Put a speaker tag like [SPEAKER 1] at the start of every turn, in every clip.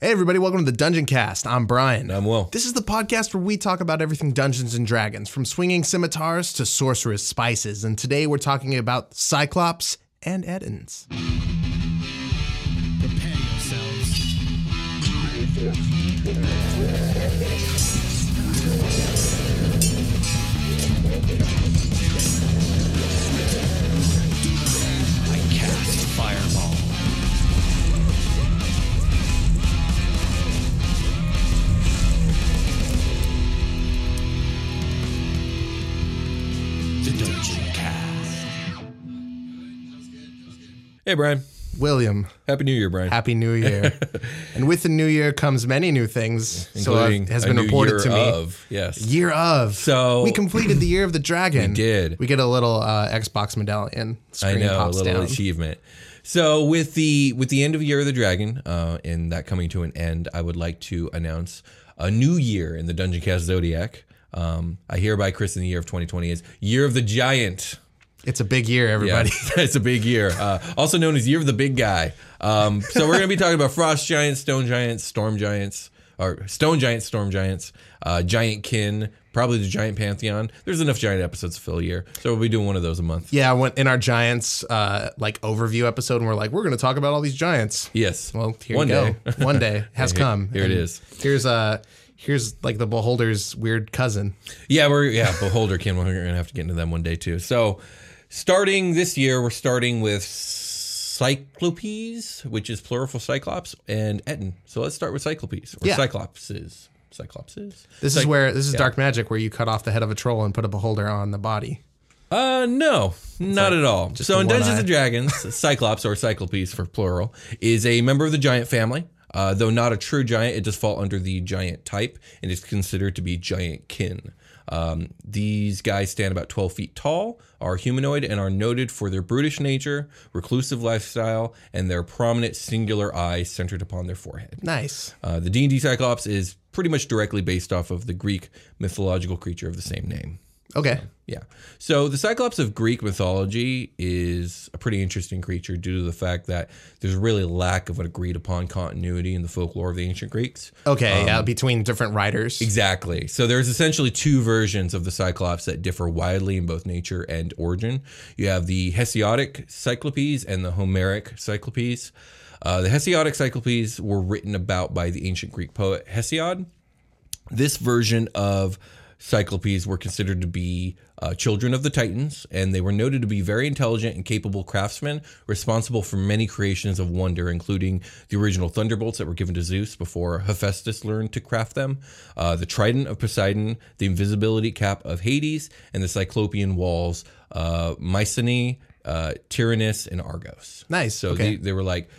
[SPEAKER 1] Hey, everybody, welcome to the Dungeon Cast. I'm Brian.
[SPEAKER 2] I'm Will.
[SPEAKER 1] This is the podcast where we talk about everything Dungeons and Dragons, from swinging scimitars to sorcerous spices. And today we're talking about Cyclops and Edens.
[SPEAKER 3] Prepare yourselves. I cast fireball. The Dungeon Cast.
[SPEAKER 2] Hey, Brian.
[SPEAKER 1] William,
[SPEAKER 2] Happy New Year, Brian.
[SPEAKER 1] Happy New Year. and with the new year comes many new things.
[SPEAKER 2] Including
[SPEAKER 1] so it has
[SPEAKER 2] a
[SPEAKER 1] been
[SPEAKER 2] new
[SPEAKER 1] reported
[SPEAKER 2] year
[SPEAKER 1] to me.
[SPEAKER 2] Of, yes.
[SPEAKER 1] Year of.
[SPEAKER 2] So-
[SPEAKER 1] we completed the year of the dragon. We
[SPEAKER 2] did.
[SPEAKER 1] We get a little uh, Xbox medallion.
[SPEAKER 2] I
[SPEAKER 1] Screen
[SPEAKER 2] know a
[SPEAKER 1] pops
[SPEAKER 2] little
[SPEAKER 1] down.
[SPEAKER 2] achievement. So with the with the end of Year of the Dragon uh, and that coming to an end, I would like to announce a new year in the Dungeon Cast Zodiac. Um, I hereby christen the year of 2020 as Year of the Giant.
[SPEAKER 1] It's a big year,
[SPEAKER 2] Yeah,
[SPEAKER 1] everybody.
[SPEAKER 2] it's a big year. Uh, also known as Year of the Big Guy. Um, so we're going to be talking about frost giants, stone giants, storm giants, or stone giants, storm giants, uh, giant kin, probably the giant pantheon. There's enough giant episodes to fill a year, so we'll be doing one of those a month.
[SPEAKER 1] Yeah, when, in our giants uh, like overview episode, and we're like, we're going to talk about all these giants.
[SPEAKER 2] Yes.
[SPEAKER 1] Well, here
[SPEAKER 2] one
[SPEAKER 1] you go.
[SPEAKER 2] day.
[SPEAKER 1] One day has come.
[SPEAKER 2] here it
[SPEAKER 1] And
[SPEAKER 2] is.
[SPEAKER 1] Here's uh here's like the beholder's weird cousin.
[SPEAKER 2] Yeah, we're yeah, beholder kin. We're gonna have to get into them one day too. So, starting this year, we're starting with cyclopes, which is plural for cyclops, and etin. So let's start with cyclopes or
[SPEAKER 1] Yeah.
[SPEAKER 2] cyclopses. Cyclopses.
[SPEAKER 1] This is where this is dark magic, where you cut off the head of a troll and put a beholder on the body.
[SPEAKER 2] Uh, no, not at all. So
[SPEAKER 1] the
[SPEAKER 2] in
[SPEAKER 1] one
[SPEAKER 2] Dungeons
[SPEAKER 1] eye.
[SPEAKER 2] and Dragons, Cyclops or Cyclopes for plural is a member of the giant family. Uh, though not a true giant, it does fall under the giant type and is considered to be giant kin. Um, these guys stand about 12 feet tall, are humanoid, and are noted for their brutish nature, reclusive lifestyle, and their prominent singular eye centered upon their forehead.
[SPEAKER 1] Nice.
[SPEAKER 2] Uh, the D&D Cyclops is pretty much directly based off of the Greek mythological creature of the same name.
[SPEAKER 1] Okay.
[SPEAKER 2] Yeah. So the Cyclops of Greek mythology is a pretty interesting creature due to the fact that there's really lack of an agreed upon continuity in the folklore of the ancient Greeks.
[SPEAKER 1] Okay. yeah.
[SPEAKER 2] Um,
[SPEAKER 1] Between different writers.
[SPEAKER 2] Exactly. So there's essentially two versions of the Cyclops that differ widely in both nature and origin. You have the Hesiodic Cyclopes and the Homeric Cyclopes. Uh, the Hesiodic Cyclopes were written about by the ancient Greek poet Hesiod this version of Cyclopes were considered to be uh, children of the Titans, and they were noted to be very intelligent and capable craftsmen, responsible for many creations of wonder, including the original thunderbolts that were given to Zeus before Hephaestus learned to craft them, uh, the trident of Poseidon, the invisibility cap of Hades, and the Cyclopean walls, uh, Mycenae, uh, Tyrannus, and Argos.
[SPEAKER 1] Nice.
[SPEAKER 2] So
[SPEAKER 1] okay.
[SPEAKER 2] they, they were like.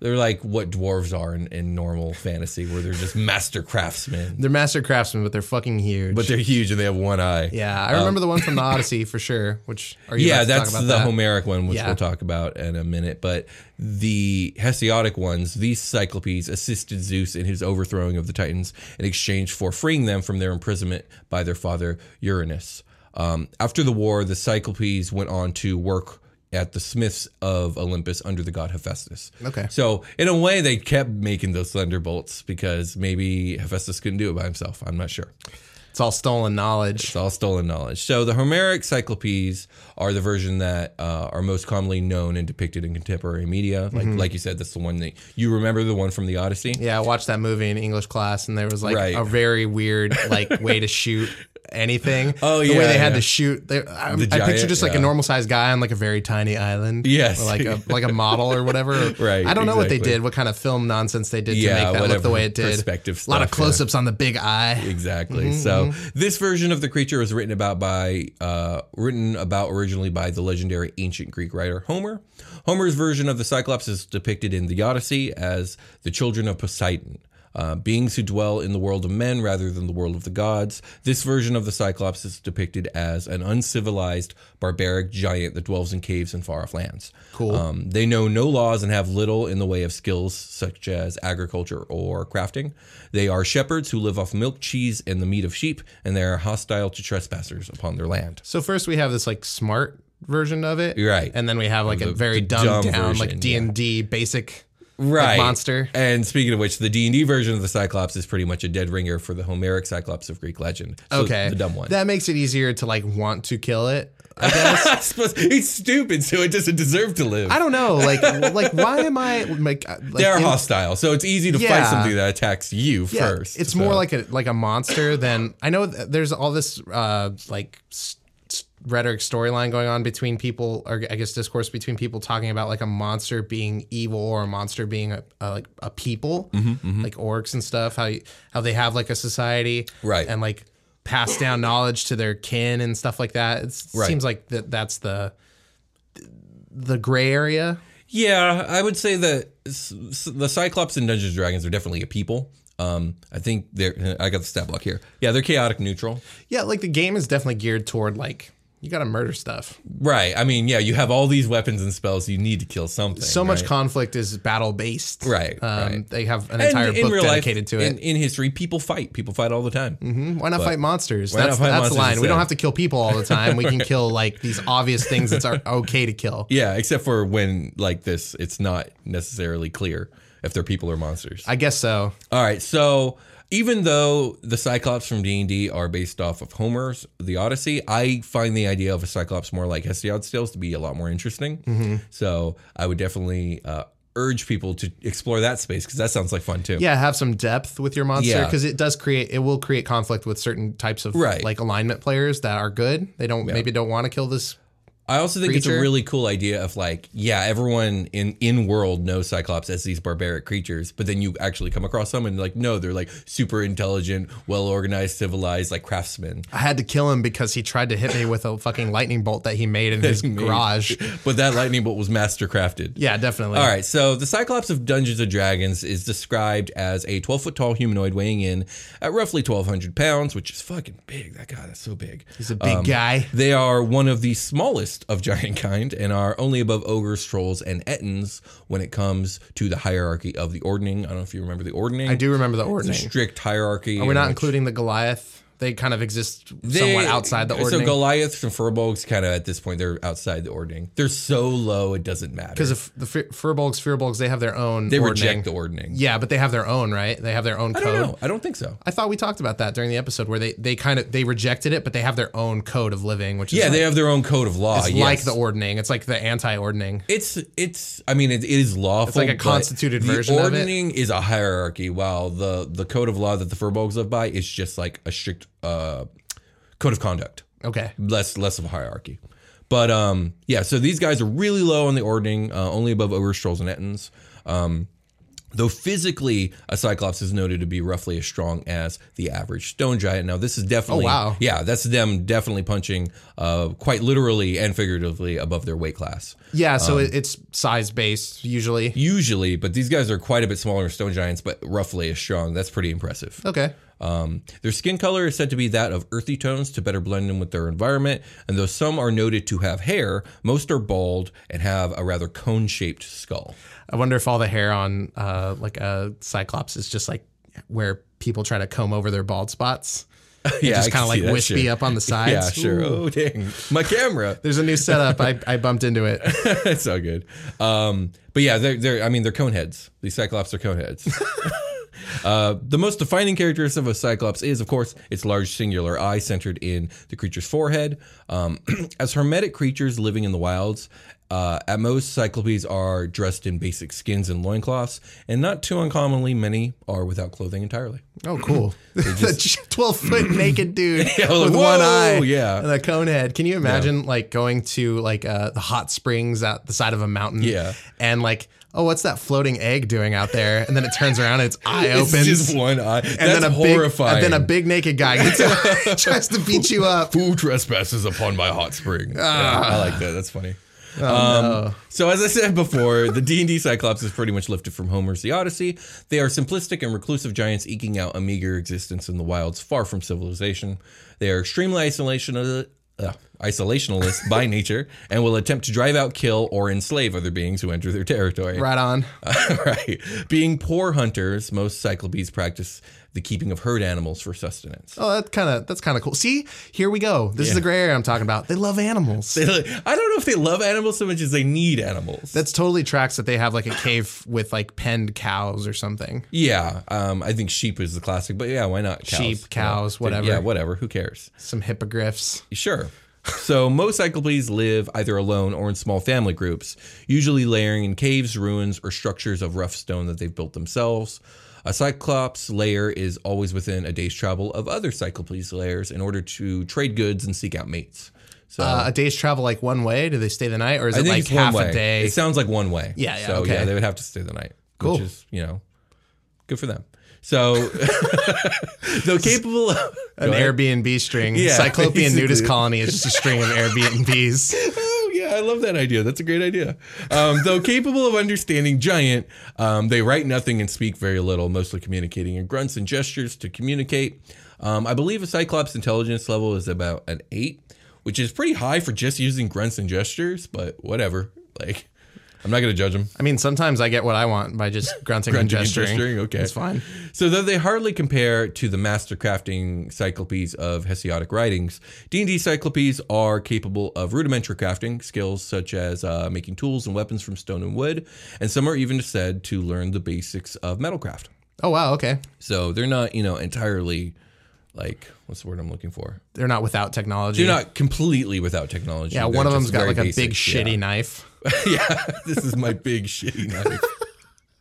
[SPEAKER 2] They're like what dwarves are in, in normal fantasy, where they're just master craftsmen.
[SPEAKER 1] they're master craftsmen, but they're fucking huge.
[SPEAKER 2] But they're huge and they have one eye.
[SPEAKER 1] yeah, I remember the one from the Odyssey for sure. Which are you? about
[SPEAKER 2] Yeah,
[SPEAKER 1] to talk
[SPEAKER 2] that's the
[SPEAKER 1] about that?
[SPEAKER 2] Homeric one, which
[SPEAKER 1] Yeah.
[SPEAKER 2] we'll talk about in a minute. But the Hesiodic ones, these Cyclopes, assisted Zeus in his overthrowing of the Titans in exchange for freeing them from their imprisonment by their father Uranus. Um, after the war, the Cyclopes went on to work at the Smiths of Olympus under the god Hephaestus.
[SPEAKER 4] Okay.
[SPEAKER 2] So in a way, they kept making those thunderbolts because maybe Hephaestus couldn't do it by himself. I'm not sure.
[SPEAKER 4] It's all stolen knowledge.
[SPEAKER 2] It's all stolen knowledge. So the Homeric cyclopes are the version that uh, are most commonly known and depicted in contemporary media. Like like you said, that's the one that you remember, the one from the Odyssey.
[SPEAKER 4] Yeah, I watched that movie in English class, and there was like
[SPEAKER 2] Right.
[SPEAKER 4] a very weird like way to shoot anything.
[SPEAKER 2] Oh,
[SPEAKER 4] the way
[SPEAKER 2] yeah,
[SPEAKER 4] they had
[SPEAKER 2] yeah.
[SPEAKER 4] to shoot. They, I,
[SPEAKER 2] The
[SPEAKER 4] I picture
[SPEAKER 2] giant,
[SPEAKER 4] just like
[SPEAKER 2] yeah.
[SPEAKER 4] a normal sized guy on like a very tiny island.
[SPEAKER 2] Yes.
[SPEAKER 4] or like a like a model or whatever.
[SPEAKER 2] Right,
[SPEAKER 4] I don't know what they
[SPEAKER 2] exactly.
[SPEAKER 4] did. What kind of film nonsense they did
[SPEAKER 2] Yeah,
[SPEAKER 4] to make that look
[SPEAKER 2] whatever
[SPEAKER 4] the way it did.
[SPEAKER 2] perspective
[SPEAKER 4] a lot
[SPEAKER 2] stuff,
[SPEAKER 4] of
[SPEAKER 2] yeah.
[SPEAKER 4] close ups on the big eye.
[SPEAKER 2] Exactly. So this version of the creature was written about by uh, written about originally by the legendary ancient Greek writer Homer. Homer's version of the Cyclops is depicted in the Odyssey as the children of Poseidon. Uh, beings who dwell in the world of men rather than the world of the gods. This version of the Cyclops is depicted as an uncivilized, barbaric giant that dwells in caves and far off lands. Cool. Um, they know no laws and have little in the way of skills such as agriculture or crafting. They are shepherds who live off milk, cheese, and the meat of sheep, and they are hostile to trespassers upon their land.
[SPEAKER 4] So first we have this like smart version of it,
[SPEAKER 2] You're right.
[SPEAKER 4] And then we have like a very
[SPEAKER 2] the
[SPEAKER 4] dumbed
[SPEAKER 2] dumb
[SPEAKER 4] down like
[SPEAKER 2] version,
[SPEAKER 4] D
[SPEAKER 2] yeah.
[SPEAKER 4] and D basic
[SPEAKER 2] right
[SPEAKER 4] monster.
[SPEAKER 2] And speaking of which, the D and D version of the Cyclops is pretty much a dead ringer for the Homeric Cyclops of Greek legend. So
[SPEAKER 4] okay
[SPEAKER 2] the dumb one.
[SPEAKER 4] that makes it easier to like want to kill it i guess
[SPEAKER 2] I suppose it's stupid, so it doesn't deserve to live.
[SPEAKER 4] i don't know like like why am i like, uh, like
[SPEAKER 2] They're
[SPEAKER 4] in-
[SPEAKER 2] hostile, so it's easy to fight
[SPEAKER 4] Yeah.
[SPEAKER 2] something that attacks you
[SPEAKER 4] yeah,
[SPEAKER 2] first.
[SPEAKER 4] it's
[SPEAKER 2] so.
[SPEAKER 4] more like a like a monster than i know th- there's all this uh like s- s- rhetoric storyline going on between people or i guess discourse between people talking about like a monster being evil or a monster being a, a like a people
[SPEAKER 2] Mm-hmm,
[SPEAKER 4] like orcs and stuff how you, how they have like a society
[SPEAKER 2] Right.
[SPEAKER 4] and like pass down knowledge to their kin and stuff like that it
[SPEAKER 2] Right.
[SPEAKER 4] seems like that that's the the gray area
[SPEAKER 2] Yeah, I would say that s- s- the Cyclops and Dungeons and Dragons are definitely a people. Um, I think they're. I got the stat block here. Yeah, they're chaotic neutral.
[SPEAKER 4] yeah like the game is definitely geared toward like you gotta murder stuff
[SPEAKER 2] Right. I mean, yeah, you have all these weapons and spells. You need to kill something.
[SPEAKER 4] so much
[SPEAKER 2] right?
[SPEAKER 4] conflict is battle based.
[SPEAKER 2] Right,
[SPEAKER 4] Um,
[SPEAKER 2] right.
[SPEAKER 4] They have an
[SPEAKER 2] And
[SPEAKER 4] entire
[SPEAKER 2] in
[SPEAKER 4] book
[SPEAKER 2] real life,
[SPEAKER 4] dedicated to
[SPEAKER 2] In,
[SPEAKER 4] it. Mm-hmm.
[SPEAKER 2] in history, people fight. People fight all the time.
[SPEAKER 4] why not fight monsters?
[SPEAKER 2] not
[SPEAKER 4] That's,
[SPEAKER 2] fight
[SPEAKER 4] that's
[SPEAKER 2] monsters
[SPEAKER 4] the line. We
[SPEAKER 2] instead?
[SPEAKER 4] don't have to kill people all the time. We can kill like these obvious things that's are okay to kill.
[SPEAKER 2] Yeah, except for when like this, it's not necessarily clear if they're people or monsters.
[SPEAKER 4] I guess so.
[SPEAKER 2] All right, so even though the Cyclops from D and D are based off of Homer's The Odyssey, I find the idea of a Cyclops more like Hesiod's tales to be a lot more interesting. So I would definitely uh, urge people to explore that space because that sounds like fun too.
[SPEAKER 4] Yeah, have some depth with your monster
[SPEAKER 2] Yeah.
[SPEAKER 4] because it does create it will create conflict with certain types of
[SPEAKER 2] Right.
[SPEAKER 4] like alignment players that are good. They don't maybe don't want to kill this.
[SPEAKER 2] I also think it's a
[SPEAKER 4] creature.
[SPEAKER 2] really cool idea of like, yeah, everyone in in world knows Cyclops as these barbaric creatures, but then you actually come across them and like, no, they're like super intelligent, well organized, civilized, like craftsmen.
[SPEAKER 4] I had to kill him because he tried to hit me with a fucking lightning bolt that he made in his garage.
[SPEAKER 2] But that lightning bolt was mastercrafted.
[SPEAKER 4] Yeah, definitely.
[SPEAKER 2] All right, so the Cyclops of Dungeons and Dragons is described as a 12 foot tall humanoid weighing in at roughly 1,200 pounds, which is fucking big. That guy, that's so big. Um,
[SPEAKER 4] He's a big guy.
[SPEAKER 2] They are one of the smallest of giant kind and are only above ogres, trolls, and ettins when it comes to the hierarchy of the ordning. I don't know if you remember the ordning.
[SPEAKER 4] I do remember the
[SPEAKER 2] It's a
[SPEAKER 4] ordning.
[SPEAKER 2] strict hierarchy.
[SPEAKER 4] We're not
[SPEAKER 2] in which
[SPEAKER 4] including the Goliath. They kind of exist somewhat
[SPEAKER 2] they-
[SPEAKER 4] outside the
[SPEAKER 2] So
[SPEAKER 4] ordning.
[SPEAKER 2] Goliath and Furbolg's kind of at this point they're outside the ordning. They're so low it doesn't matter
[SPEAKER 4] Because if the Fir- Firbolgs, Firbolgs, they have their own.
[SPEAKER 2] they
[SPEAKER 4] ordning.
[SPEAKER 2] reject the ordning.
[SPEAKER 4] Yeah, but they have their own, right? They have their own
[SPEAKER 2] I
[SPEAKER 4] code.
[SPEAKER 2] don't know. I don't think so.
[SPEAKER 4] I thought we talked about that during the episode where they, they kind of they rejected it, but they have their own code of living, which is
[SPEAKER 2] Yeah,
[SPEAKER 4] like,
[SPEAKER 2] they have their own code of law.
[SPEAKER 4] it's
[SPEAKER 2] yes.
[SPEAKER 4] like the ordning. It's like the anti-ordning.
[SPEAKER 2] It's it's. I mean, it, it is lawful.
[SPEAKER 4] like a
[SPEAKER 2] but
[SPEAKER 4] constituted version
[SPEAKER 2] The
[SPEAKER 4] of it.
[SPEAKER 2] ordning is a hierarchy, while the the code of law that the Furbolgs live by is just like a strict uh, code of conduct,
[SPEAKER 4] Okay,
[SPEAKER 2] less less of a hierarchy. But um, yeah. So these guys are really low on the ordning, uh, only above ogres, trolls, and ettins. Um, though physically, a cyclops is noted to be roughly as strong as the average stone giant. Now, this is definitely
[SPEAKER 4] Oh, wow.
[SPEAKER 2] yeah, that's them definitely punching uh, quite literally and figuratively above their weight class
[SPEAKER 4] yeah. So
[SPEAKER 2] Um,
[SPEAKER 4] it, it's size based usually.
[SPEAKER 2] usually, but these guys are quite a bit smaller than stone giants, but roughly as strong. That's pretty impressive.
[SPEAKER 4] Okay,
[SPEAKER 2] Um, their skin color is said to be that of earthy tones to better blend in with their environment. And though some are noted to have hair, most are bald and have a rather cone shaped skull.
[SPEAKER 4] I wonder if all the hair on uh, like a cyclops is just like where people try to comb over their bald spots.
[SPEAKER 2] yeah,
[SPEAKER 4] just
[SPEAKER 2] I can
[SPEAKER 4] kind
[SPEAKER 2] see
[SPEAKER 4] of like
[SPEAKER 2] that
[SPEAKER 4] wispy
[SPEAKER 2] shit.
[SPEAKER 4] up on the sides.
[SPEAKER 2] Yeah, sure.
[SPEAKER 4] Ooh.
[SPEAKER 2] Oh dang, my camera.
[SPEAKER 4] There's a new setup. I, I bumped into it.
[SPEAKER 2] That's all good. Um, but yeah, they're, they're I mean they're cone heads. These Cyclops are cone heads. Uh, the most defining characteristic of a Cyclops is, of course, its large singular eye centered in the creature's forehead. Um, as hermetic creatures living in the wilds, uh, at most, Cyclopes are dressed in basic skins and loincloths, and not too uncommonly, many are without clothing entirely.
[SPEAKER 4] Oh, cool. the 12 foot naked dude
[SPEAKER 2] Yeah, like,
[SPEAKER 4] with one
[SPEAKER 2] whoa,
[SPEAKER 4] eye
[SPEAKER 2] yeah.
[SPEAKER 4] and a cone head. Can you imagine like going to like uh, the hot springs out the side of a mountain?
[SPEAKER 2] Yeah.
[SPEAKER 4] And like, oh, what's that floating egg doing out there? And then it turns around and its eye
[SPEAKER 2] It's
[SPEAKER 4] opens.
[SPEAKER 2] just one eye. That's
[SPEAKER 4] and then a
[SPEAKER 2] horrifying.
[SPEAKER 4] big, and then a big naked guy gets out, tries to beat you up.
[SPEAKER 2] Who trespasses upon my hot spring? Yeah, I like that. That's funny. um, So as I said before, the D and D Cyclops is pretty much lifted from Homer's The Odyssey. They are simplistic and reclusive giants eking out a meager existence in the wilds, far from civilization. They are extremely isolationist, uh, isolationalist by nature, and will attempt to drive out, kill, or enslave other beings who enter their territory.
[SPEAKER 4] Right on.
[SPEAKER 2] right. Being poor hunters, most Cyclopes practice the keeping of herd animals for sustenance.
[SPEAKER 4] Oh, that kind of that's kind of cool. See, here we go. This is
[SPEAKER 2] Yeah.
[SPEAKER 4] the gray area I'm talking about. They love animals.
[SPEAKER 2] They like- I don't know if they love animals so much as they need animals.
[SPEAKER 4] That's totally tracks that they have like a cave with like penned cows or something.
[SPEAKER 2] yeah, um, I think sheep is the classic, but yeah, why not cows?
[SPEAKER 4] Sheep, cows,
[SPEAKER 2] Yeah,
[SPEAKER 4] whatever.
[SPEAKER 2] Yeah, whatever. Who cares?
[SPEAKER 4] Some hippogriffs.
[SPEAKER 2] Sure. So most cyclopes live either alone or in small family groups, usually layering in caves, ruins, or structures of rough stone that they've built themselves. A cyclops lair is always within a day's travel of other cyclopes lairs in order to trade goods and seek out mates. So
[SPEAKER 4] Uh, a day's travel like one way? Do they stay the night or is
[SPEAKER 2] Oh. I
[SPEAKER 4] it
[SPEAKER 2] think
[SPEAKER 4] like
[SPEAKER 2] it's one
[SPEAKER 4] half
[SPEAKER 2] way.
[SPEAKER 4] a day?
[SPEAKER 2] It sounds like one way.
[SPEAKER 4] Yeah, yeah,
[SPEAKER 2] So
[SPEAKER 4] okay.
[SPEAKER 2] yeah, they would have to stay the night.
[SPEAKER 4] Cool.
[SPEAKER 2] Which is, you know, good for them. So though capable of
[SPEAKER 4] An Airbnb string.
[SPEAKER 2] Yeah,
[SPEAKER 4] Cyclopean nudist
[SPEAKER 2] basically.
[SPEAKER 4] colony is just a string of Airbnbs.
[SPEAKER 2] Oh yeah, I love that idea. That's a great idea. Um, though capable of understanding giant, um, they write nothing and speak very little, mostly communicating in grunts and gestures to communicate. Um, I believe a Cyclops intelligence level is about an eight, which is pretty high for just using grunts and gestures. But whatever, like I'm not gonna judge them.
[SPEAKER 4] I mean, sometimes I get what I want by just grunting,
[SPEAKER 2] Grunting
[SPEAKER 4] and
[SPEAKER 2] and
[SPEAKER 4] gesturing.
[SPEAKER 2] gesturing, okay.
[SPEAKER 4] It's fine.
[SPEAKER 2] So though they hardly compare to the master crafting cyclopes of Hesiodic writings, D&D cyclopes are capable of rudimentary crafting skills such as uh, making tools and weapons from stone and wood, and some are even said to learn the basics of metalcraft.
[SPEAKER 4] Oh, wow. Okay.
[SPEAKER 2] So they're not, you know, entirely like what's the word I'm looking for?
[SPEAKER 4] They're not without technology.
[SPEAKER 2] They're not completely without technology.
[SPEAKER 4] yeah,
[SPEAKER 2] They're
[SPEAKER 4] one of
[SPEAKER 2] just
[SPEAKER 4] them's got
[SPEAKER 2] very
[SPEAKER 4] like a big
[SPEAKER 2] basic,
[SPEAKER 4] shitty knife.
[SPEAKER 2] Yeah. yeah, this is my big shitty knife.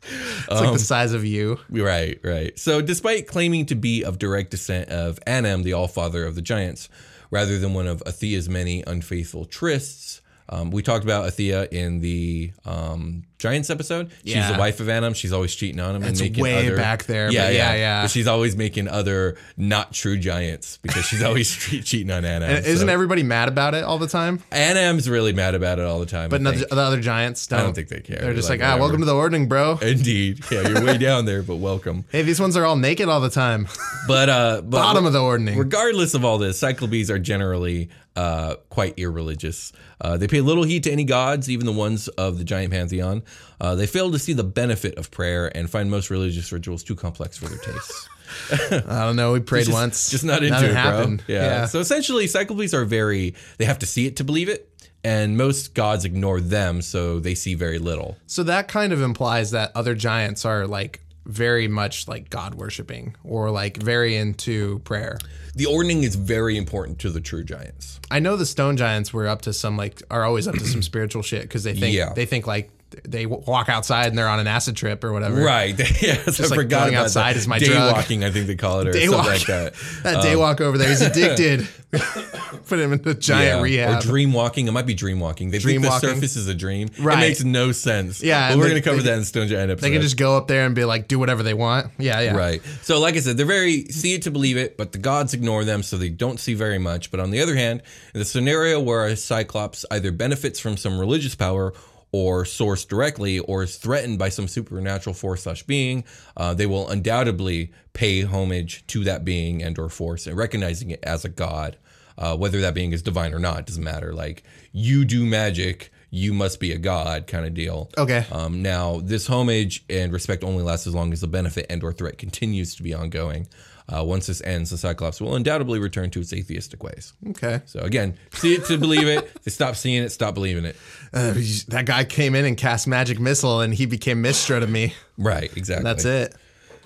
[SPEAKER 4] It's
[SPEAKER 2] Um,
[SPEAKER 4] like the size of you.
[SPEAKER 2] Right, right. So, despite claiming to be of direct descent of Anam, the Allfather of the Giants, rather than one of Athea's many unfaithful trysts, um, we talked about Athea in the um, Giants episode. She's
[SPEAKER 4] Yeah.
[SPEAKER 2] the wife of Anam. She's always cheating on him.
[SPEAKER 4] That's
[SPEAKER 2] and making
[SPEAKER 4] way
[SPEAKER 2] other,
[SPEAKER 4] back there, but yeah, yeah.
[SPEAKER 2] But she's always making other not true giants because she's always tre- cheating on Anam.
[SPEAKER 4] And isn't
[SPEAKER 2] so.
[SPEAKER 4] everybody mad about it all the time?
[SPEAKER 2] Anam's really mad about it all the time.
[SPEAKER 4] But
[SPEAKER 2] I
[SPEAKER 4] none of
[SPEAKER 2] think.
[SPEAKER 4] the other giants don't.
[SPEAKER 2] I don't think they care.
[SPEAKER 4] They're just
[SPEAKER 2] They're
[SPEAKER 4] like,
[SPEAKER 2] like,
[SPEAKER 4] ah,
[SPEAKER 2] whatever."
[SPEAKER 4] welcome to the ordering, bro.
[SPEAKER 2] Indeed. Yeah, you're way down there, but welcome.
[SPEAKER 4] Hey, these ones are all naked all the time.
[SPEAKER 2] But uh, but
[SPEAKER 4] Bottom of the ordering.
[SPEAKER 2] Regardless of all this, Cyclopes are generally uh, quite irreligious. Uh, they pay little heed to any gods, even the ones of the giant pantheon. Uh, they fail to see the benefit of prayer and find most religious rituals too complex for their tastes.
[SPEAKER 4] I don't know. We prayed
[SPEAKER 2] Just-
[SPEAKER 4] once.
[SPEAKER 2] just not into
[SPEAKER 4] Nothing
[SPEAKER 2] it, bro.
[SPEAKER 4] happened.
[SPEAKER 2] Yeah. So essentially, Cyclopes are very. They have to see it to believe it, and most gods ignore them, so they see very little.
[SPEAKER 4] So that kind of implies that other giants are like very much like God worshiping or like very into prayer.
[SPEAKER 2] The ordning is very important to the true giants.
[SPEAKER 4] I know the stone giants were up to some like are always up to some spiritual shit because they think
[SPEAKER 2] Yeah.
[SPEAKER 4] they think like they w- walk outside and they're on an acid trip or whatever.
[SPEAKER 2] Right. yes, I
[SPEAKER 4] like
[SPEAKER 2] forgot
[SPEAKER 4] going
[SPEAKER 2] about
[SPEAKER 4] outside
[SPEAKER 2] that.
[SPEAKER 4] is my
[SPEAKER 2] day
[SPEAKER 4] drug.
[SPEAKER 2] walking. I think they call it or
[SPEAKER 4] Day
[SPEAKER 2] something
[SPEAKER 4] walk.
[SPEAKER 2] like that.
[SPEAKER 4] That day walk over there, he's addicted. Put him in a giant
[SPEAKER 2] Yeah,
[SPEAKER 4] rehab.
[SPEAKER 2] Or dream walking. It might be dream walking. They
[SPEAKER 4] Dream
[SPEAKER 2] think the
[SPEAKER 4] walking.
[SPEAKER 2] surface is a dream.
[SPEAKER 4] Right.
[SPEAKER 2] It makes no sense.
[SPEAKER 4] Yeah,
[SPEAKER 2] But
[SPEAKER 4] and
[SPEAKER 2] we're
[SPEAKER 4] they-
[SPEAKER 2] going to cover
[SPEAKER 4] they-
[SPEAKER 2] that in Stone Giant episode.
[SPEAKER 4] they can just go up there and be like, do whatever they want. Yeah, yeah.
[SPEAKER 2] Right. So, like I said, they're very see it to believe it, but the gods ignore them, so they don't see very much. But on the other hand, in the scenario where a cyclops either benefits from some religious power or source directly, or is threatened by some supernatural force slash being, uh, they will undoubtedly pay homage to that being and or force, and recognizing it as a god, uh, whether that being is divine or not doesn't matter. Like you do magic. you must be a god kind of deal.
[SPEAKER 4] Okay.
[SPEAKER 2] Um, now, this homage and respect only lasts as long as the benefit and/or threat continues to be ongoing. Uh, once this ends, the Cyclops will undoubtedly return to its atheistic ways.
[SPEAKER 4] Okay.
[SPEAKER 2] So again, see it to believe it. If you stop seeing it, stop believing it.
[SPEAKER 4] Uh, that guy came in and cast magic missile, and he became Mistra to me.
[SPEAKER 2] Right, exactly.
[SPEAKER 4] That's it.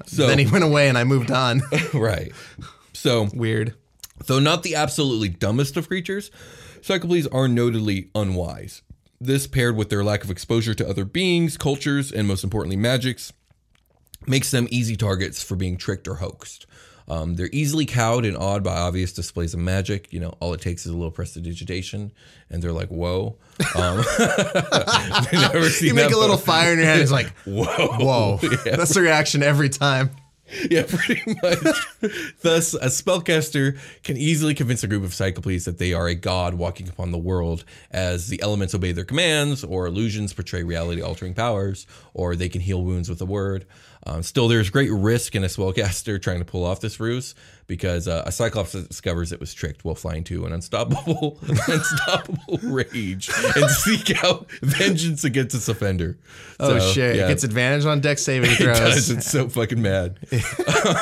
[SPEAKER 2] So,
[SPEAKER 4] then he went away, and I moved on.
[SPEAKER 2] right. So
[SPEAKER 4] Weird.
[SPEAKER 2] Though not the absolutely dumbest of creatures, Cyclopes are notably unwise. This, paired with their lack of exposure to other beings, cultures, and most importantly, magics, makes them easy targets for being tricked or hoaxed. Um, they're easily cowed and awed by obvious displays of magic. You know, all it takes is a little prestidigitation, and they're like, "Whoa!" Um, I've never seen
[SPEAKER 4] You make
[SPEAKER 2] that
[SPEAKER 4] a little
[SPEAKER 2] before.
[SPEAKER 4] fire in your head. It's like,
[SPEAKER 2] Whoa!
[SPEAKER 4] whoa. That's the reaction every time.
[SPEAKER 2] Yeah, pretty much. Thus, a spellcaster can easily convince a group of cyclopes that they are a god walking upon the world, as the elements obey their commands, or illusions portray reality altering powers, or they can heal wounds with a word. Um, still, there's great risk in a spellcaster trying to pull off this ruse because uh, a cyclops that discovers it was tricked will fly into an unstoppable, unstoppable rage and seek out vengeance against its offender.
[SPEAKER 4] Oh,
[SPEAKER 2] So,
[SPEAKER 4] shit. It
[SPEAKER 2] yeah.
[SPEAKER 4] gets advantage on deck saving
[SPEAKER 2] It
[SPEAKER 4] throws.
[SPEAKER 2] does. It's so fucking mad.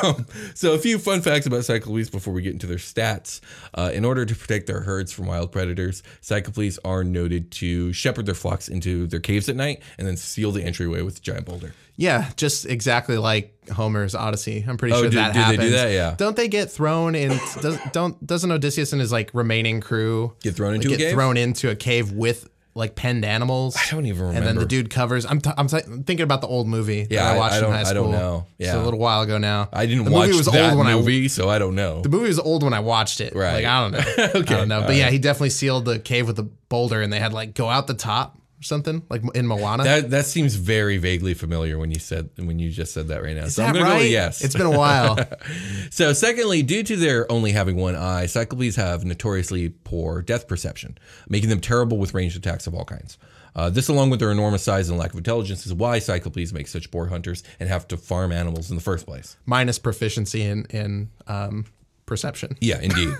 [SPEAKER 2] um, so, a few fun facts about Cyclopes before we get into their stats. Uh, in order to protect their herds from wild predators, Cyclopes are noted to shepherd their flocks into their caves at night and then seal the entryway with a giant boulder.
[SPEAKER 4] Yeah, just exactly like Homer's Odyssey. I'm pretty
[SPEAKER 2] Oh,
[SPEAKER 4] sure
[SPEAKER 2] do-
[SPEAKER 4] that
[SPEAKER 2] do they
[SPEAKER 4] happens.
[SPEAKER 2] do that? Yeah.
[SPEAKER 4] Don't they get thrown in? Does, don't doesn't Odysseus and his like remaining crew
[SPEAKER 2] Get thrown
[SPEAKER 4] like,
[SPEAKER 2] into a
[SPEAKER 4] get
[SPEAKER 2] cave?
[SPEAKER 4] thrown into a cave with like penned animals?
[SPEAKER 2] I don't even remember.
[SPEAKER 4] And then the dude covers. I'm, t- I'm, t- I'm thinking about the old movie
[SPEAKER 2] Yeah,
[SPEAKER 4] that
[SPEAKER 2] I-
[SPEAKER 4] I watched
[SPEAKER 2] I don't-
[SPEAKER 4] in high
[SPEAKER 2] I don't
[SPEAKER 4] school.
[SPEAKER 2] know.
[SPEAKER 4] It's
[SPEAKER 2] Yeah.
[SPEAKER 4] a little while ago now.
[SPEAKER 2] I didn't
[SPEAKER 4] the
[SPEAKER 2] watch
[SPEAKER 4] movie was
[SPEAKER 2] that
[SPEAKER 4] old when I.
[SPEAKER 2] movie, so I don't know.
[SPEAKER 4] The movie was old when I watched it.
[SPEAKER 2] Right.
[SPEAKER 4] Like I don't know.
[SPEAKER 2] Okay,
[SPEAKER 4] I don't know. But
[SPEAKER 2] all
[SPEAKER 4] yeah,
[SPEAKER 2] right.
[SPEAKER 4] he definitely sealed the cave with a boulder, and they had like go out the top or something like in Moana.
[SPEAKER 2] that that seems very vaguely familiar when you said when you just said that right now.
[SPEAKER 4] Is
[SPEAKER 2] so
[SPEAKER 4] that
[SPEAKER 2] I'm gonna
[SPEAKER 4] right?
[SPEAKER 2] go with yes.
[SPEAKER 4] It's been a while.
[SPEAKER 2] So, secondly, due to their only having one eye, Cyclopes have notoriously poor depth perception, making them terrible with ranged attacks of all kinds. Uh, this, along with their enormous size and lack of intelligence, is why Cyclopes make such poor hunters and have to farm animals in the first place.
[SPEAKER 4] minus proficiency in in um, perception.
[SPEAKER 2] Yeah, indeed.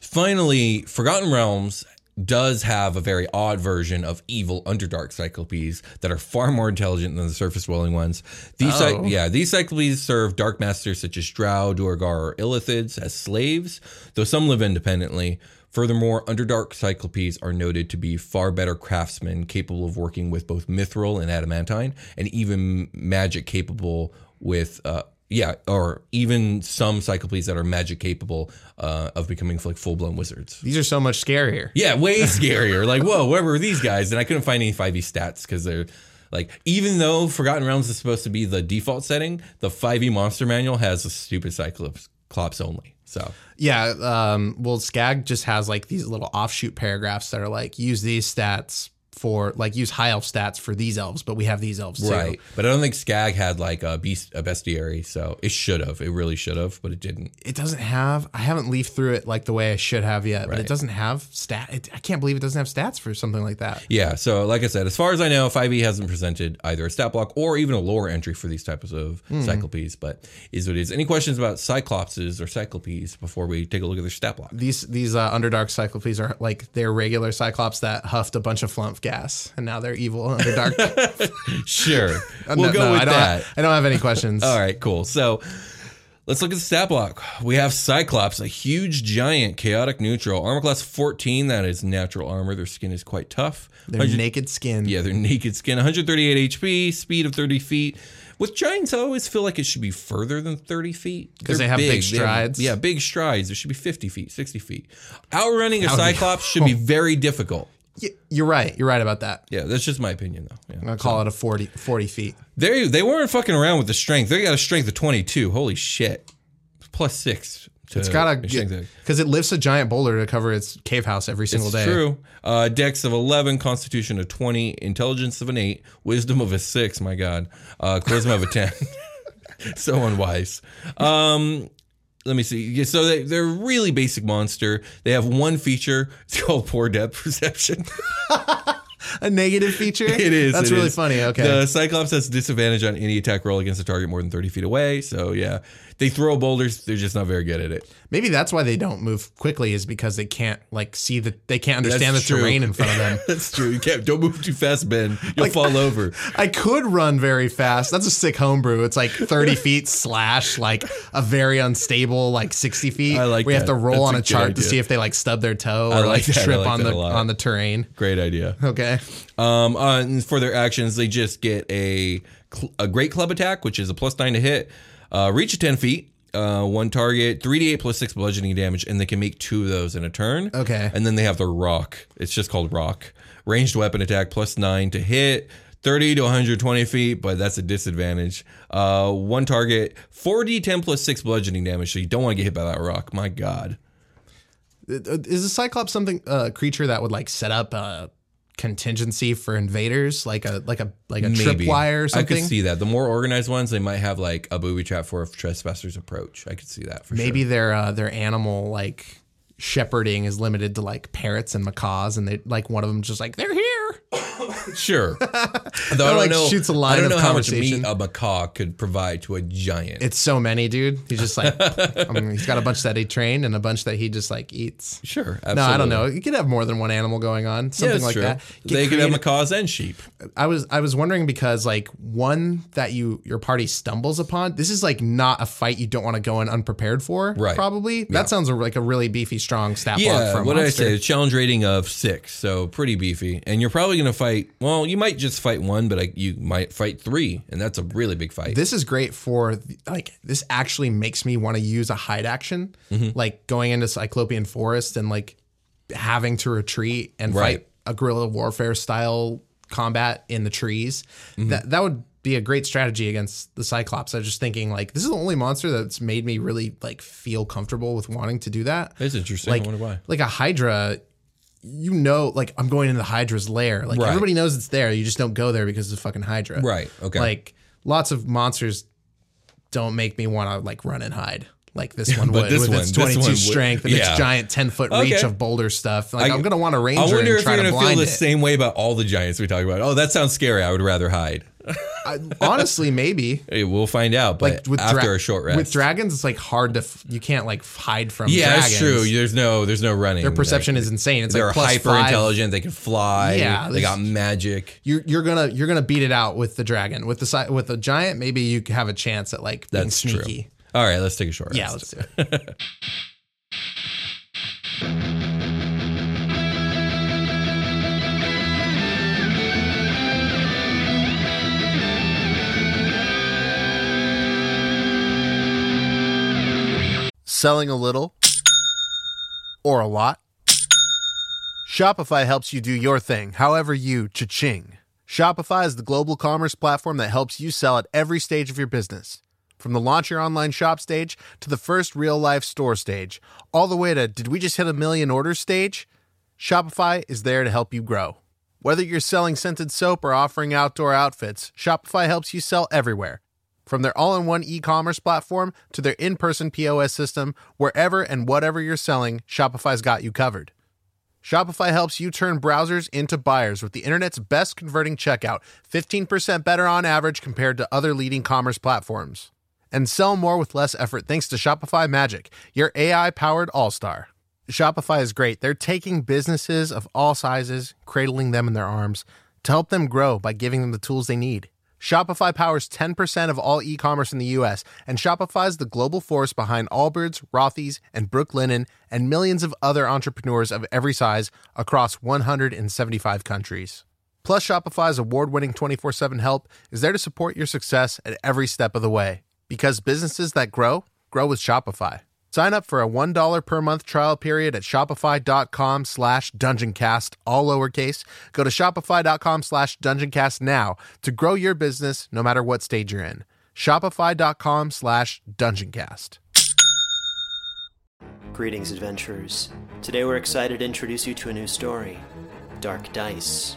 [SPEAKER 2] Finally, Forgotten Realms does have a very odd version of evil underdark cyclopes that are far more intelligent than the surface dwelling ones. These cy-
[SPEAKER 4] Oh.
[SPEAKER 2] yeah, these cyclopes serve dark masters such as Drow, Duergar, or Illithids as slaves, though some live independently. Furthermore, underdark cyclopes are noted to be far better craftsmen capable of working with both mithril and adamantine and even magic capable with uh yeah, or even some cyclopes that are magic capable uh, of becoming like full blown wizards.
[SPEAKER 4] These are so much scarier.
[SPEAKER 2] Yeah, way scarier. like, whoa, where were these guys? And I couldn't find any 5e stats because they're like, even though Forgotten Realms is supposed to be the default setting, the 5e monster manual has a stupid Cyclops Clops only. So,
[SPEAKER 4] Yeah. Um, well, Skag just has like these little offshoot paragraphs that are like use these stats for like use high elf stats for these elves, but we have these elves too.
[SPEAKER 2] right. But I don't think Skag had like a beast, a bestiary. So it should have. It really should have, but it didn't.
[SPEAKER 4] It doesn't have. I haven't leafed through it like the way I should have yet, but
[SPEAKER 2] Right.
[SPEAKER 4] it doesn't have stat. It, I can't believe it doesn't have stats for something like that.
[SPEAKER 2] Yeah. So, like I said, as far as I know, 5e hasn't presented either a stat block or even a lore entry for these types of cyclopes, but is what it is. Any questions about cyclopses or cyclopes before we take a look at their stat block?
[SPEAKER 4] These these uh, underdark cyclopes are like they're regular cyclops that huffed a bunch of flump gas, and now they're evil underdark.
[SPEAKER 2] Sure. we'll
[SPEAKER 4] No,
[SPEAKER 2] go
[SPEAKER 4] no,
[SPEAKER 2] with
[SPEAKER 4] I don't,
[SPEAKER 2] that.
[SPEAKER 4] I don't have any questions.
[SPEAKER 2] All right, cool. So let's look at the stat block. We have Cyclops, a huge giant, chaotic neutral, armor class 14. That is natural armor. Their skin is quite tough.
[SPEAKER 4] Their naked skin.
[SPEAKER 2] Yeah, their naked skin, 138 HP, speed of 30 feet. With giants, I always feel like it should be further than 30 feet.
[SPEAKER 4] 'Cause
[SPEAKER 2] They're
[SPEAKER 4] they have big
[SPEAKER 2] have-
[SPEAKER 4] strides.
[SPEAKER 2] yeah, big strides. It should be 50 feet, 60 feet. Outrunning a
[SPEAKER 4] That would be-
[SPEAKER 2] Cyclops should be very difficult.
[SPEAKER 4] Y- You're right. You're right about that.
[SPEAKER 2] Yeah, that's just my opinion, though. Yeah.
[SPEAKER 4] I call it a 40, 40 feet.
[SPEAKER 2] They they weren't fucking around with the strength. They got a strength of twenty two. Holy shit, plus six. To
[SPEAKER 4] It's got
[SPEAKER 2] strength
[SPEAKER 4] to
[SPEAKER 2] of-
[SPEAKER 4] because it lifts a giant boulder to cover its cave house every single
[SPEAKER 2] It's
[SPEAKER 4] day.
[SPEAKER 2] true. Uh, Dex of eleven, Constitution of twenty, Intelligence of an eight, Wisdom of a six. My God, uh, Charisma of a ten. so unwise. Um, let me see. Yeah, so they, they're a really basic monster. They have one feature. It's called poor depth perception.
[SPEAKER 4] A negative feature.
[SPEAKER 2] It is.
[SPEAKER 4] That's
[SPEAKER 2] it
[SPEAKER 4] really
[SPEAKER 2] is.
[SPEAKER 4] funny. Okay.
[SPEAKER 2] The Cyclops has disadvantage on any attack roll against a target more than 30 feet away. So, yeah. They throw boulders. They're just not very good at it.
[SPEAKER 4] Maybe that's why they don't move quickly is because they can't like see the they can't understand
[SPEAKER 2] That's
[SPEAKER 4] the
[SPEAKER 2] true.
[SPEAKER 4] terrain in front of them.
[SPEAKER 2] That's true. You can't. Don't move too fast, Ben. You'll fall over.
[SPEAKER 4] I could run very fast. That's a sick homebrew. It's like 30 feet slash like a very unstable like 60 feet.
[SPEAKER 2] I like
[SPEAKER 4] We have
[SPEAKER 2] that.
[SPEAKER 4] to roll
[SPEAKER 2] That's
[SPEAKER 4] on
[SPEAKER 2] a
[SPEAKER 4] a
[SPEAKER 2] good
[SPEAKER 4] chart to
[SPEAKER 2] idea.
[SPEAKER 4] see if they like stub their toe
[SPEAKER 2] I
[SPEAKER 4] or
[SPEAKER 2] like
[SPEAKER 4] like,
[SPEAKER 2] that. I
[SPEAKER 4] trip
[SPEAKER 2] like
[SPEAKER 4] on
[SPEAKER 2] that
[SPEAKER 4] the
[SPEAKER 2] a lot.
[SPEAKER 4] on the terrain.
[SPEAKER 2] Great idea.
[SPEAKER 4] Okay.
[SPEAKER 2] Um, uh, and for their actions, they just get a cl- a great club attack, which is a plus nine to hit, uh, reach of ten feet, uh, one target, three d eight plus six bludgeoning damage, and they can make two of those in a turn.
[SPEAKER 4] Okay.
[SPEAKER 2] And then they have their rock. It's just called rock. Ranged weapon attack plus nine to hit. 30 to 120 feet, but that's a disadvantage. Uh, one target, 4d10 plus 6 bludgeoning damage, so you don't want to get hit by that rock. My god.
[SPEAKER 4] uh, Is a cyclops something a creature that would like set up a contingency for invaders like a like a like a tripwire or something?
[SPEAKER 2] I could see that. The more organized ones, they might have like a booby trap for if trespassers approach. I could see that for
[SPEAKER 4] Maybe
[SPEAKER 2] sure.
[SPEAKER 4] their uh, their animal like shepherding is limited to like parrots and macaws and they like one of them just like they're here.
[SPEAKER 2] Sure. Though I don't
[SPEAKER 4] like,
[SPEAKER 2] know,
[SPEAKER 4] shoots a line
[SPEAKER 2] I don't
[SPEAKER 4] of
[SPEAKER 2] know how much meat
[SPEAKER 4] conversation.
[SPEAKER 2] a macaw could provide to a giant.
[SPEAKER 4] It's so many, dude. He's just like I mean, he's got a bunch that he trained and a bunch that he just like eats.
[SPEAKER 2] sure.
[SPEAKER 4] No, I don't
[SPEAKER 2] absolutely.
[SPEAKER 4] know. You could have more than one animal going on,
[SPEAKER 2] Yeah,
[SPEAKER 4] something
[SPEAKER 2] it's
[SPEAKER 4] like
[SPEAKER 2] true.
[SPEAKER 4] that. Get
[SPEAKER 2] they could have
[SPEAKER 4] creative.
[SPEAKER 2] macaws and sheep.
[SPEAKER 4] I was I was wondering because like one that you your party stumbles upon. This is like not a fight you don't want to go in unprepared for.
[SPEAKER 2] Right.
[SPEAKER 4] Probably that sounds like a really beefy, strong stat block
[SPEAKER 2] Yeah,
[SPEAKER 4] from
[SPEAKER 2] what did I
[SPEAKER 4] monster.
[SPEAKER 2] say? A challenge rating of six, so pretty beefy. And you're probably going to fight. Well, you might just fight one, but I, you might fight three, and that's a really big fight.
[SPEAKER 4] This is great for like this actually makes me want to use a hide action, like going into Cyclopean Forest and like having to retreat and
[SPEAKER 2] Right.
[SPEAKER 4] fight a guerrilla warfare style combat in the trees. That that would be a great strategy against the Cyclops. I was just thinking like this is the only monster that's made me really like feel comfortable with wanting to do that.
[SPEAKER 2] That's interesting. I
[SPEAKER 4] Like
[SPEAKER 2] wonder why.
[SPEAKER 4] like a Hydra. You know, like I'm going into the Hydra's lair. Like
[SPEAKER 2] Right.
[SPEAKER 4] everybody knows it's there. You just don't go there because it's a fucking Hydra.
[SPEAKER 2] Right. Okay.
[SPEAKER 4] Like lots of monsters don't make me want to like run and hide. Like this one
[SPEAKER 2] but
[SPEAKER 4] would
[SPEAKER 2] this
[SPEAKER 4] with
[SPEAKER 2] one-
[SPEAKER 4] its
[SPEAKER 2] this
[SPEAKER 4] 22
[SPEAKER 2] one would-
[SPEAKER 4] strength and
[SPEAKER 2] yeah.
[SPEAKER 4] its giant 10 foot reach
[SPEAKER 2] Okay.
[SPEAKER 4] of boulder stuff. Like
[SPEAKER 2] I-
[SPEAKER 4] I, am gonna want a ranger
[SPEAKER 2] I wonder
[SPEAKER 4] and
[SPEAKER 2] if
[SPEAKER 4] try
[SPEAKER 2] you're
[SPEAKER 4] to
[SPEAKER 2] going to feel
[SPEAKER 4] blind
[SPEAKER 2] the
[SPEAKER 4] it.
[SPEAKER 2] same way about all the giants we talk about. Oh, that sounds scary. I would rather hide.
[SPEAKER 4] I- honestly, maybe.
[SPEAKER 2] Hey, we'll find out, but
[SPEAKER 4] Like with dra-
[SPEAKER 2] after a short rest.
[SPEAKER 4] with dragons, it's like hard to f- you can't like f- hide from.
[SPEAKER 2] yeah,
[SPEAKER 4] dragons.
[SPEAKER 2] that's true. There's no, there's no running.
[SPEAKER 4] Their perception
[SPEAKER 2] Like,
[SPEAKER 4] is insane. It's
[SPEAKER 2] they're
[SPEAKER 4] like plus
[SPEAKER 2] hyper
[SPEAKER 4] five.
[SPEAKER 2] intelligent. They can fly.
[SPEAKER 4] Yeah,
[SPEAKER 2] they
[SPEAKER 4] this-
[SPEAKER 2] got magic.
[SPEAKER 4] You're, you're gonna you're gonna beat it out with the dragon with the si- with the giant. Maybe you have a chance at like being
[SPEAKER 2] That's
[SPEAKER 4] sneaky.
[SPEAKER 2] true. All right, let's take a short
[SPEAKER 4] Yeah,
[SPEAKER 2] rest.
[SPEAKER 4] let's do it.
[SPEAKER 1] selling a little or a lot? Shopify helps you do your thing, however you cha-ching. Shopify is the global commerce platform that helps you sell at every stage of your business. From the launch your online shop stage to the first real life store stage, all the way to did we just hit a million orders stage? Shopify is there to help you grow. Whether you're selling scented soap or offering outdoor outfits, Shopify helps you sell everywhere. From their all in one e commerce platform to their in person POS system, wherever and whatever you're selling, Shopify's got you covered. Shopify helps you turn browsers into buyers with the internet's best converting checkout, 15% better on average compared to other leading commerce platforms. And sell more with less effort thanks to Shopify Magic, your AI powered all star. Shopify is great. They're taking businesses of all sizes, cradling them in their arms to help them grow by giving them the tools they need. Shopify powers 10% of all e commerce in the US, and Shopify's the global force behind Allbirds, Rothy's, and Brooklinen, and millions of other entrepreneurs of every size across 175 countries. Plus, Shopify's award winning 24 7 help is there to support your success at every step of the way. Because businesses that grow, grow with Shopify. Sign up for a $1 per month trial period at shopify.com slash dungeoncast, all lowercase. Go to shopify.com slash dungeoncast now to grow your business no matter what stage you're in. Shopify.com slash dungeoncast.
[SPEAKER 5] Greetings, adventurers. Today we're excited to introduce you to a new story Dark Dice,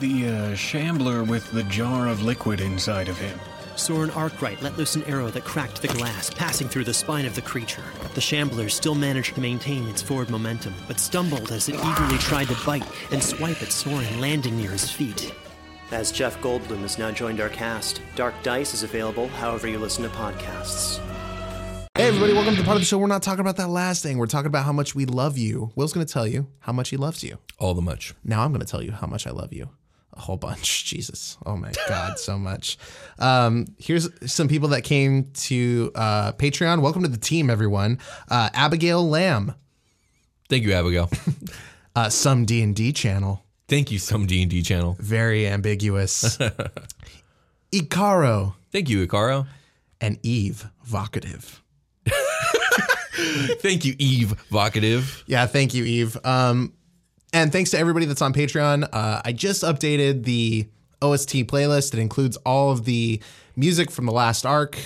[SPEAKER 6] The uh, shambler with the jar of liquid inside of him.
[SPEAKER 5] Soren Arkwright let loose an arrow that cracked the glass, passing through the spine of the creature. The shambler still managed to maintain its forward momentum, but stumbled as it eagerly tried to bite and swipe at Soren, landing near his feet. As Jeff Goldblum has now joined our cast, Dark Dice is available however you listen to podcasts.
[SPEAKER 1] Hey, everybody, welcome to the part of the show. We're not talking about that last thing. We're talking about how much we love you. Will's going to tell you how much he loves you.
[SPEAKER 2] All the much.
[SPEAKER 1] Now I'm going to tell you how much I love you. A whole bunch. Jesus. Oh my God, so much. Um, here's some people that came to uh, Patreon. Welcome to the team, everyone. Uh, Abigail Lamb,
[SPEAKER 2] Thank you, Abigail.
[SPEAKER 1] uh, some D&D channel.
[SPEAKER 2] Thank you, some D and D channel.
[SPEAKER 1] Very ambiguous. Icaro
[SPEAKER 2] Thank you, Ikaro.
[SPEAKER 1] and Eve Vocative.
[SPEAKER 2] Thank you, Eve Vocative.
[SPEAKER 1] Yeah, thank you, Eve. Um, and thanks to everybody that's on Patreon. Uh, I just updated the OST playlist. It includes all of the music from the last arc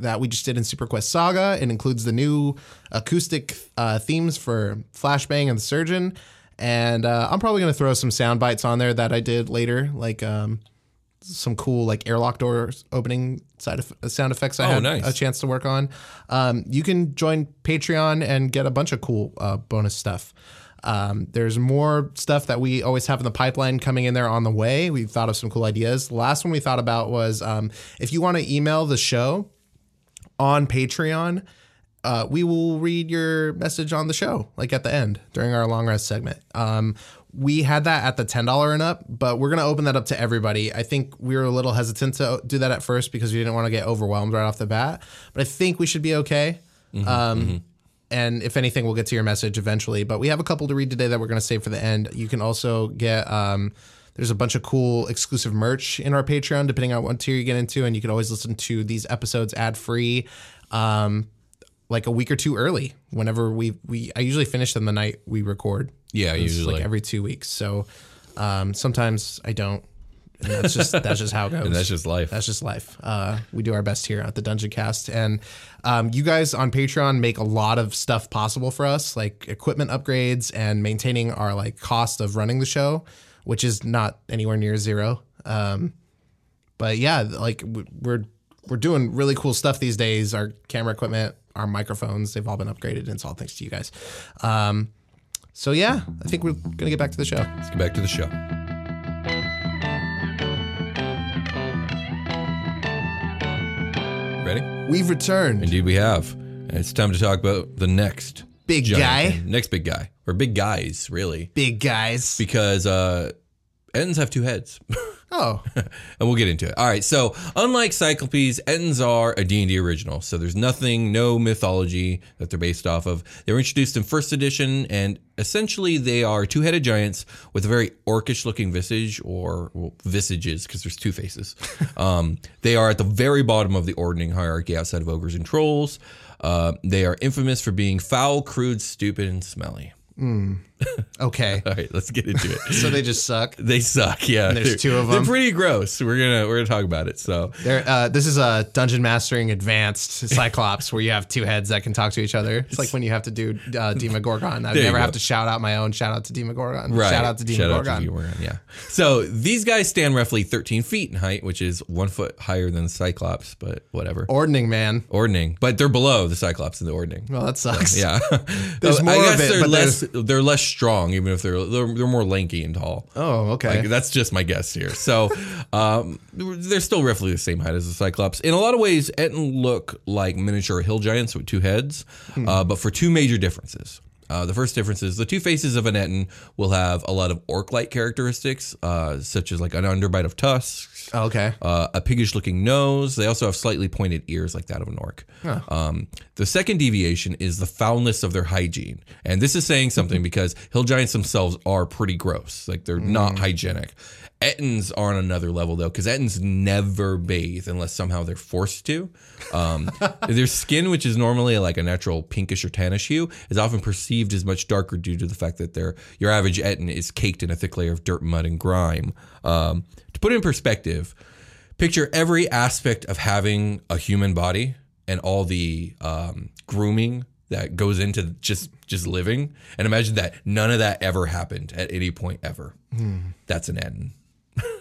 [SPEAKER 1] that we just did in Super Quest Saga. It includes the new acoustic uh, themes for Flashbang and the Surgeon. And uh, I'm probably going to throw some sound bites on there that I did later, like um, some cool like airlock door opening side of, sound effects. I
[SPEAKER 2] Oh,
[SPEAKER 1] had
[SPEAKER 2] nice.
[SPEAKER 1] a chance to work on. Um, you can join Patreon and get a bunch of cool uh, bonus stuff. Um, there's more stuff that we always have in the pipeline coming in there on the way. We've thought of some cool ideas. The last one we thought about was um, if you want to email the show on Patreon, uh, we will read your message on the show, like at the end during our long rest segment. Um, we had that at the ten dollar and up, but we're gonna open that up to everybody. I think we were a little hesitant to do that at first because we didn't want to get overwhelmed right off the bat. But I think we should be okay. um, And if anything, we'll get to your message eventually. But we have a couple to read today that we're gonna save for the end. You can also get. Um, there's a bunch of cool exclusive merch in our Patreon, depending on what tier you get into, and you can always listen to these episodes ad free. Um, like a week or two early whenever we we I usually finish them the night we record.
[SPEAKER 2] Yeah,
[SPEAKER 1] It's
[SPEAKER 2] usually.
[SPEAKER 1] like every two weeks. So um sometimes I don't. And that's just that's just how it goes.
[SPEAKER 2] And that's just life.
[SPEAKER 1] That's just life. Uh, we do our best here at the Dungeon Cast, and um, you guys on Patreon make a lot of stuff possible for us, like equipment upgrades and maintaining our like cost of running the show, which is not anywhere near zero. Um, but yeah, like w- we're we're doing really cool stuff these days. Our camera equipment, our microphones, they've all been upgraded, and it's all thanks to you guys. Um, so yeah, I think we're gonna get back to the show.
[SPEAKER 2] Let's get back to the show. Ready?
[SPEAKER 1] We've returned.
[SPEAKER 2] Indeed, we have. And it's time to talk about the next
[SPEAKER 1] Big
[SPEAKER 2] giant
[SPEAKER 1] guy?
[SPEAKER 2] thing. Next big guy, or big guys, really,
[SPEAKER 1] Big guys.
[SPEAKER 2] because uh, ends have two heads.
[SPEAKER 1] Oh,
[SPEAKER 2] and we'll get into it. All right. So, unlike Cyclopes, Ettins are a D&D original. So there's nothing, no mythology that they're based off of. They were introduced in first edition, and essentially they are two-headed giants with a very orcish-looking visage, or well, visages, because there's two faces. um, they are at the very bottom of the ordering hierarchy outside of ogres and trolls. Uh, they are infamous for being foul, crude, stupid, and smelly.
[SPEAKER 1] okay.
[SPEAKER 2] All right, let's get into it.
[SPEAKER 1] so they just suck.
[SPEAKER 2] They suck. Yeah,
[SPEAKER 1] there's
[SPEAKER 2] They're-
[SPEAKER 1] two of
[SPEAKER 2] They're
[SPEAKER 1] them.
[SPEAKER 2] pretty gross. We're gonna we're gonna talk about it. So
[SPEAKER 1] There, uh, this is a dungeon mastering advanced Cyclops where you have two heads that can talk to each other. It's like when you have to do uh, Demogorgon. I
[SPEAKER 2] There you
[SPEAKER 1] never
[SPEAKER 2] go.
[SPEAKER 1] have to shout out my own shout out to Demogorgon. Shout out to Demogorgon.
[SPEAKER 2] Demogorgon, Yeah. So these guys stand roughly 13 feet in height, which is one foot higher than the Cyclops, but whatever.
[SPEAKER 1] Ordning man.
[SPEAKER 2] Ordning, but they're below the Cyclops in the ordning.
[SPEAKER 1] Well, that sucks.
[SPEAKER 2] Yeah,
[SPEAKER 1] There's more
[SPEAKER 2] I
[SPEAKER 1] of
[SPEAKER 2] guess
[SPEAKER 1] it,
[SPEAKER 2] they're
[SPEAKER 1] but
[SPEAKER 2] less they're less strong, even if they're they're, they're more lanky and tall.
[SPEAKER 1] Oh, okay.
[SPEAKER 2] Like, that's just my guess here. So um, they're still roughly the same height as the Cyclops. In a lot of ways, Etten look like miniature hill giants with two heads, uh, but for two major differences. Uh, the first difference is the two faces of an Etten will have a lot of orc-like characteristics, uh, such as like an underbite of tusks,
[SPEAKER 1] Oh, okay.
[SPEAKER 2] uh, a piggish looking nose. They also have slightly pointed ears like that of an orc. Um, the second deviation is the foulness of their hygiene. And this is saying something because hill giants themselves are pretty gross. Like they're not hygienic. Ettins are on another level though, because Ettins never bathe unless somehow they're forced to. Um, their skin, which is normally like a natural pinkish or tannish hue, is often perceived as much darker due to the fact that their your average Ettin is caked in a thick layer of dirt, mud, and grime. Um, to put it in perspective, picture every aspect of having a human body and all the um, grooming that goes into just just living. And imagine that none of that ever happened at any point ever. That's an end.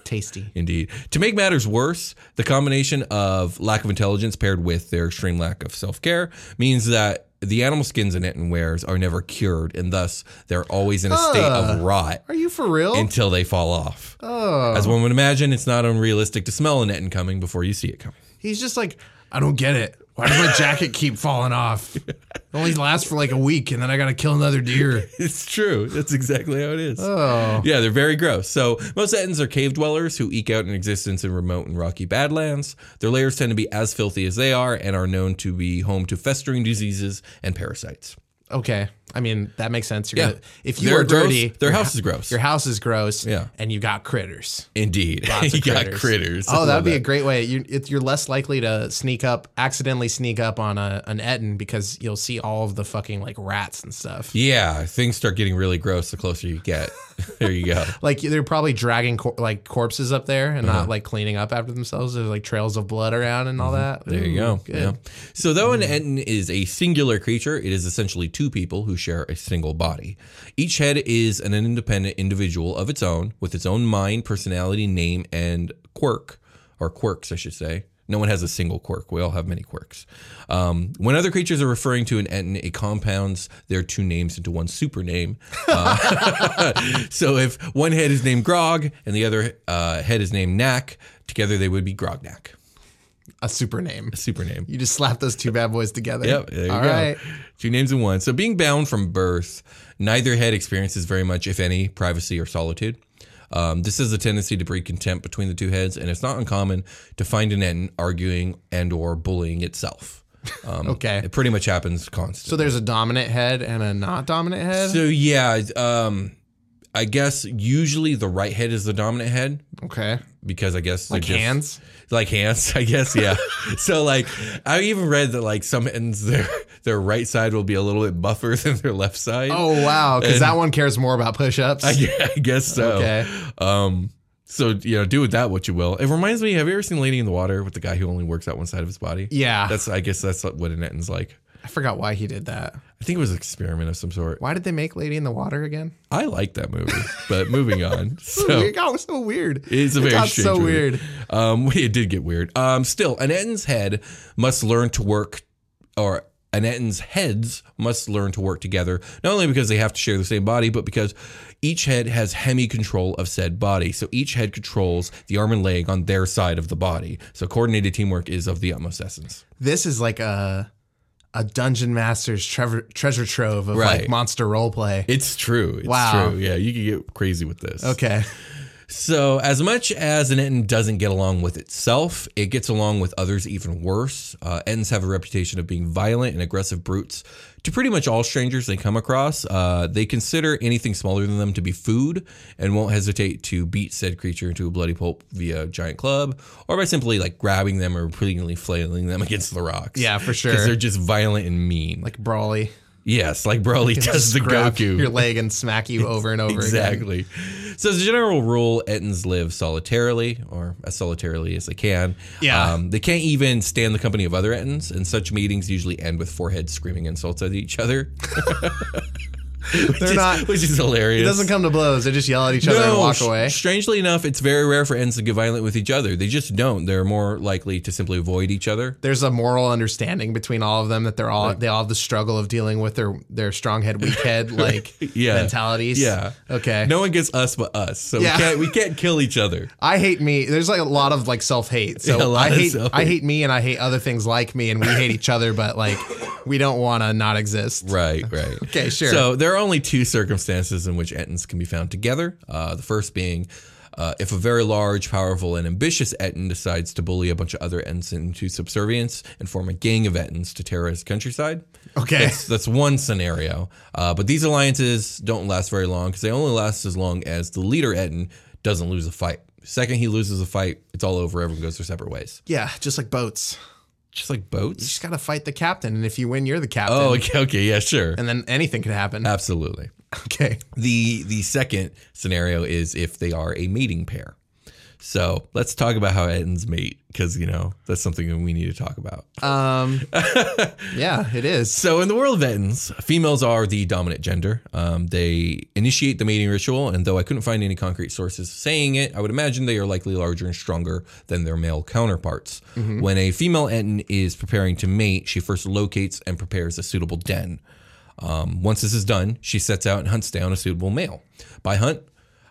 [SPEAKER 4] Tasty.
[SPEAKER 2] Indeed. To make matters worse, the combination of lack of intelligence paired with their extreme lack of self care means that the animal skins in it and wares are never cured, and thus they're always in a state of rot
[SPEAKER 4] Are you for real?
[SPEAKER 2] until they fall off. As one would imagine, it's not unrealistic to smell an ettin coming before you see it coming.
[SPEAKER 4] He's just like, I don't get it. Why does my jacket keep falling off? It only lasts for like a week, and then I gotta kill another deer.
[SPEAKER 2] It's true. That's exactly how it is. Oh. Yeah, they're very gross. So most Ettins are cave dwellers who eke out an existence in remote and rocky badlands. Their lairs tend to be as filthy as they are and are known to be home to festering diseases and parasites.
[SPEAKER 4] Okay, I mean that makes sense. You're
[SPEAKER 2] Yeah.
[SPEAKER 4] gonna, if you
[SPEAKER 2] They're
[SPEAKER 4] are dirty,
[SPEAKER 2] gross. Their
[SPEAKER 4] your
[SPEAKER 2] house
[SPEAKER 4] hou-
[SPEAKER 2] is gross.
[SPEAKER 4] Your house is gross.
[SPEAKER 2] Yeah.
[SPEAKER 4] and you got critters.
[SPEAKER 2] Indeed.
[SPEAKER 4] Lots
[SPEAKER 2] you
[SPEAKER 4] of
[SPEAKER 2] got critters. I
[SPEAKER 4] Oh,
[SPEAKER 2] love
[SPEAKER 4] that'd be a great way. You, it, you're less likely to sneak up, accidentally sneak up on a, an ettin because you'll see all of the fucking like rats and stuff.
[SPEAKER 2] Yeah, things start getting really gross the closer you get. there you go.
[SPEAKER 4] Like they're probably dragging cor- like corpses up there and not like cleaning up after themselves. There's like trails of blood around and all that.
[SPEAKER 2] There you go. Yeah. So though an Enton is a singular creature, it is essentially two people who share a single body. Each head is an independent individual of its own, with its own mind, personality, name, and quirk, or quirks, I should say. No one has a single quirk. We all have many quirks. Um, when other creatures are referring to an Enton, it compounds their two names into one supername. Uh, so if one head is named Grog and the other uh, head is named Knack, together they would be Grognak,
[SPEAKER 4] A super name.
[SPEAKER 2] a supername.
[SPEAKER 4] You just slap those two bad boys together.
[SPEAKER 2] Yep. There you
[SPEAKER 4] All
[SPEAKER 2] go.
[SPEAKER 4] right.
[SPEAKER 2] Two names in one. So being bound from birth, neither head experiences very much, if any, privacy or solitude. Um, this is a tendency to breed contempt between the two heads, and it's not uncommon to find an end arguing and or bullying itself. Um,
[SPEAKER 4] Okay.
[SPEAKER 2] It pretty much happens
[SPEAKER 4] So
[SPEAKER 2] constantly.
[SPEAKER 4] there's a dominant head and a not dominant head.
[SPEAKER 2] So, yeah, um, I guess usually the right head is the dominant head
[SPEAKER 4] okay.
[SPEAKER 2] because I guess
[SPEAKER 4] Like
[SPEAKER 2] they're just-
[SPEAKER 4] hands.
[SPEAKER 2] like hands, I guess. Yeah. so like, I even read that like some ends their their right side will be a little bit buffer than their left side.
[SPEAKER 4] Oh wow, because that one cares more about push-ups.
[SPEAKER 2] I, gue- I guess so.
[SPEAKER 4] Okay.
[SPEAKER 2] Um. So you know, do with that what you will. It reminds me. Have you ever seen Lady in the Water with the guy who only works out one side of his body?
[SPEAKER 4] yeah,
[SPEAKER 2] That's. I guess that's what an Etten's like.
[SPEAKER 4] I forgot why he did that.
[SPEAKER 2] I think it was an experiment of some sort.
[SPEAKER 4] Why did they make Lady in the Water again?
[SPEAKER 2] I like that movie, but moving on. So
[SPEAKER 4] it got so weird.
[SPEAKER 2] It's a
[SPEAKER 4] it
[SPEAKER 2] very
[SPEAKER 4] got
[SPEAKER 2] strange
[SPEAKER 4] so
[SPEAKER 2] movie.
[SPEAKER 4] weird.
[SPEAKER 2] Um, it did get weird. Um, still, an Etten's head must learn to work, or an Etten's heads must learn to work together, not only because they have to share the same body, but because each head has hemi control of said body. So each head controls the arm and leg on their side of the body. So coordinated teamwork is of the utmost essence.
[SPEAKER 4] This is like a a dungeon master's trevor, treasure trove of
[SPEAKER 2] Right.
[SPEAKER 4] like monster roleplay.
[SPEAKER 2] It's true. It's
[SPEAKER 4] Wow.
[SPEAKER 2] true. Yeah, you can get crazy with this.
[SPEAKER 4] okay,
[SPEAKER 2] So, as much as an Enton doesn't get along with itself, it gets along with others even worse. Uh, Entons have a reputation of being violent and aggressive brutes to pretty much all strangers they come across. Uh, they consider anything smaller than them to be food and won't hesitate to beat said creature into a bloody pulp via a giant club or by simply like grabbing them or repeatedly flailing them against the rocks.
[SPEAKER 4] Yeah, for sure.
[SPEAKER 2] Because they're just violent and mean.
[SPEAKER 4] like Brawly
[SPEAKER 2] yes, like Broly does
[SPEAKER 4] Just
[SPEAKER 2] the
[SPEAKER 4] grab
[SPEAKER 2] Goku
[SPEAKER 4] your leg and smack you over and over again.
[SPEAKER 2] exactly. So as a general rule, Ettins live solitarily or as solitarily as they can.
[SPEAKER 4] Yeah.
[SPEAKER 2] Um, they can't even stand the company of other Ettins, and such meetings usually end with foreheads screaming insults at each other. which
[SPEAKER 4] They're
[SPEAKER 2] is,
[SPEAKER 4] not-
[SPEAKER 2] which is hilarious.
[SPEAKER 4] It doesn't come to blows. They just yell at each other and walk
[SPEAKER 2] sh-
[SPEAKER 4] away.
[SPEAKER 2] Strangely enough, it's very rare for Ettins to get violent with each other. They just don't. They're more likely to simply avoid each other.
[SPEAKER 4] There's a moral understanding between all of them that they're all they all have the struggle of dealing with their their strong head weak head like
[SPEAKER 2] Yeah.
[SPEAKER 4] mentalities.
[SPEAKER 2] Yeah.
[SPEAKER 4] Okay.
[SPEAKER 2] No one gets us but us, so
[SPEAKER 4] Eh.
[SPEAKER 2] we
[SPEAKER 4] Yeah.
[SPEAKER 2] can't we can't kill each other.
[SPEAKER 4] I hate me. There's like a lot of like self hate. So
[SPEAKER 2] Yeah, a lot
[SPEAKER 4] I
[SPEAKER 2] of
[SPEAKER 4] hate
[SPEAKER 2] self-hate.
[SPEAKER 4] I hate me and I hate other things like me and we hate each other, but like we don't want to not exist.
[SPEAKER 2] Right, right.
[SPEAKER 4] Okay, sure.
[SPEAKER 2] So there are only two circumstances in which Ettins can be found together. Uh, the first being uh, if a very large, powerful, and ambitious Ettin decides to bully a bunch of other Ettins into subservience and form a gang of Ettins to terrorize countryside.
[SPEAKER 4] Okay.
[SPEAKER 2] That's, that's one scenario. Uh, but these alliances don't last very long because they only last as long as the leader Ettin doesn't lose a fight. Second, he loses a fight, it's all over. Everyone goes their separate ways.
[SPEAKER 4] Yeah, just like boats.
[SPEAKER 2] Just like
[SPEAKER 4] You
[SPEAKER 2] boats.
[SPEAKER 4] just gotta fight the captain, and if you win, you're the captain.
[SPEAKER 2] Oh, okay, Ah, okay, yeah, sure.
[SPEAKER 4] and then anything could happen.
[SPEAKER 2] Absolutely.
[SPEAKER 4] Okay.
[SPEAKER 2] The the second scenario is if they are a mating pair. So let's talk about how ends mate, because you know that's something that we need to talk about.
[SPEAKER 4] Um, yeah, it is.
[SPEAKER 2] So, in the world of Ettins, females are the dominant gender. Um, they initiate the mating ritual, and though I couldn't find any concrete sources saying it, I would imagine they are likely larger and stronger than their male counterparts.
[SPEAKER 4] Mm-hmm.
[SPEAKER 2] When a female Ettin is preparing to mate, she first locates and prepares a suitable den. Um, once this is done, she sets out and hunts down a suitable male. By hunt,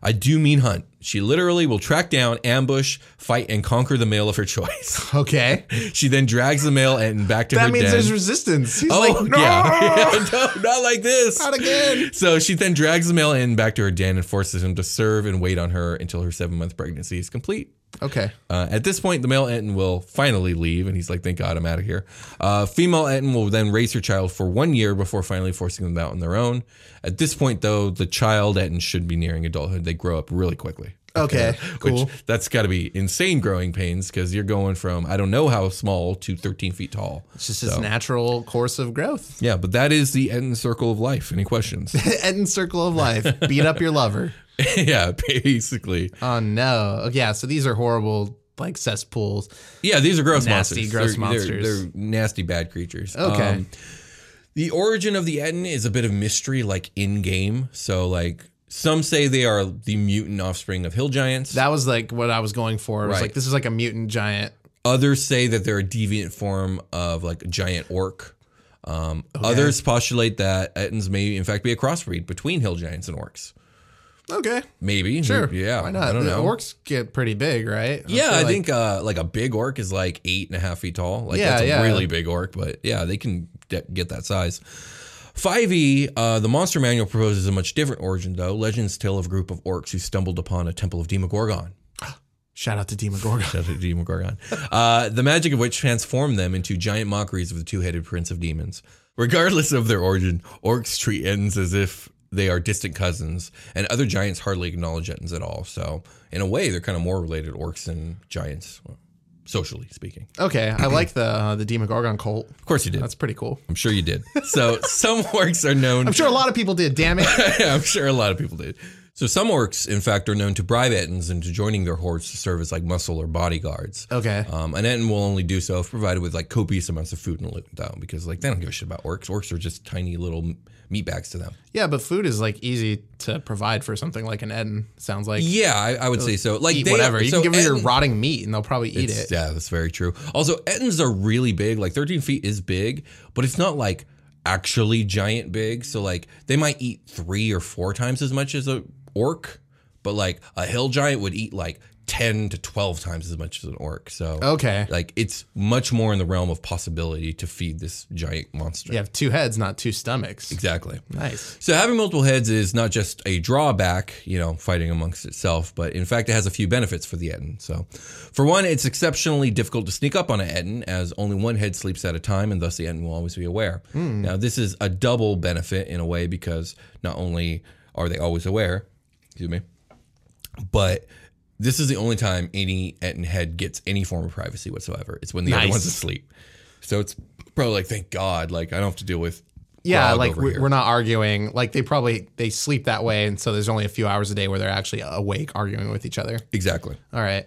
[SPEAKER 2] I do mean hunt. She literally will track down, ambush, fight, and conquer the male of her choice.
[SPEAKER 4] Okay.
[SPEAKER 2] she then drags the male Ettin back to her
[SPEAKER 4] That means
[SPEAKER 2] den.
[SPEAKER 4] there's resistance. He's like, no,
[SPEAKER 2] Oh, yeah. Yeah, no, not like this.
[SPEAKER 4] not again.
[SPEAKER 2] So she then drags the male in back to her den and forces him to serve and wait on her until her seven month pregnancy is complete.
[SPEAKER 4] Okay.
[SPEAKER 2] Uh, at this point, the male Enton will finally leave, and he's like, "Thank God, I'm out of here." Uh, female Enton will then raise her child for one year before finally forcing them out on their own. At this point, though, the child Enton should be nearing adulthood. They grow up really quickly.
[SPEAKER 4] Okay, Oh, cool.
[SPEAKER 2] Which that's got to be insane growing pains because you're going from I don't know how small to 13 feet tall.
[SPEAKER 4] It's just his natural course of growth.
[SPEAKER 2] Yeah, but that is the end circle of life. Any questions?
[SPEAKER 4] End circle of life. Beat up your lover.
[SPEAKER 2] yeah, basically.
[SPEAKER 4] Oh no. Okay, yeah, so these are horrible like cesspools.
[SPEAKER 2] Yeah, these are gross
[SPEAKER 4] Nasty,
[SPEAKER 2] monsters.
[SPEAKER 4] gross
[SPEAKER 2] They're- they're-
[SPEAKER 4] monsters.
[SPEAKER 2] They're, nasty, bad creatures. Um,
[SPEAKER 4] Okay.
[SPEAKER 2] the origin of the Eden is a bit of mystery, like in game. So, like, some say they are the mutant offspring of hill giants.
[SPEAKER 4] That was like what I was going for. It was
[SPEAKER 2] Right.
[SPEAKER 4] like this is like a mutant giant.
[SPEAKER 2] Others say that they're a deviant form of like a giant orc. Um, Others postulate that Ettins may, in fact, be a crossbreed between hill giants and orcs.
[SPEAKER 4] Okay.
[SPEAKER 2] Maybe.
[SPEAKER 4] Sure.
[SPEAKER 2] Yeah.
[SPEAKER 4] Why not?
[SPEAKER 2] I don't
[SPEAKER 4] The
[SPEAKER 2] know.
[SPEAKER 4] Orcs get pretty big, right?
[SPEAKER 2] Yeah,
[SPEAKER 4] feel
[SPEAKER 2] I
[SPEAKER 4] like-
[SPEAKER 2] think uh, like a big orc is like eight and a half feet tall. Like
[SPEAKER 4] Yeah,
[SPEAKER 2] that's a
[SPEAKER 4] yeah.
[SPEAKER 2] really big orc, but yeah, they can de- get that size. 5e, uh, the monster manual proposes a much different origin, though. Legends tell of a group of orcs who stumbled upon a temple of Demogorgon.
[SPEAKER 4] Shout out to Demogorgon.
[SPEAKER 2] Shout out to Demogorgon. Uh, the magic of which transformed them into giant mockeries of the two headed prince of demons. Regardless of their origin, orcs treat Ettins as if they are distant cousins, and other giants hardly acknowledge Ettins at all. So, in a way, they're kind of more related orcs and giants, socially speaking.
[SPEAKER 4] Okay, I like the uh, the Demogorgon cult.
[SPEAKER 2] Of course, you did.
[SPEAKER 4] That's pretty cool.
[SPEAKER 2] I'm sure you did. So, some orcs are known.
[SPEAKER 4] I'm sure a lot of people did. Damn it.
[SPEAKER 2] Yeah, I'm sure a lot of people did. So some orcs, in fact, are known to bribe Ettins into joining their hordes to serve as like muscle or bodyguards.
[SPEAKER 4] Okay.
[SPEAKER 2] Um, an Ettin will only do so if provided with like copious amounts of food and loot, though, because like they don't give a shit about orcs. Orcs are just tiny little m- meatbags to them.
[SPEAKER 4] Yeah, but food is like easy to provide for something like an Eden. Sounds like
[SPEAKER 2] Yeah, I, I would say so. Like
[SPEAKER 4] eat
[SPEAKER 2] they-
[SPEAKER 4] whatever. You
[SPEAKER 2] so
[SPEAKER 4] can give them your
[SPEAKER 2] Ettin-
[SPEAKER 4] rotting meat, and they'll probably eat
[SPEAKER 2] It's-
[SPEAKER 4] it.
[SPEAKER 2] Yeah, that's very true. Also, Ettins are really big. Like 13 feet is big, but it's not like actually giant big. So like they might eat three or four times as much as a orc, but like a hill giant would eat like 10 to 12 times as much as an orc. So
[SPEAKER 4] Okay.
[SPEAKER 2] like it's much more in the realm of possibility to feed this giant monster.
[SPEAKER 4] You have two heads, not two stomachs.
[SPEAKER 2] Exactly.
[SPEAKER 4] Nice.
[SPEAKER 2] So having multiple heads is not just a drawback, you know, fighting amongst itself, but in fact it has a few benefits for the Etten. So for one, it's exceptionally difficult to sneak up on an Etten as only one head sleeps at a time and thus the Etten will always be aware. Now this is a double benefit in a way because not only are they always aware, excuse me, but this is the only time any Etten head gets any form of privacy whatsoever. It's when the other
[SPEAKER 4] Nice.
[SPEAKER 2] one's asleep. So it's probably like, thank God, like I don't have to deal with
[SPEAKER 4] Yeah,
[SPEAKER 2] Grog
[SPEAKER 4] like
[SPEAKER 2] over
[SPEAKER 4] we-
[SPEAKER 2] here.
[SPEAKER 4] we're not arguing. Like they probably they sleep that way, and so there's only a few hours a day where they're actually awake arguing with each other.
[SPEAKER 2] Exactly.
[SPEAKER 4] All right.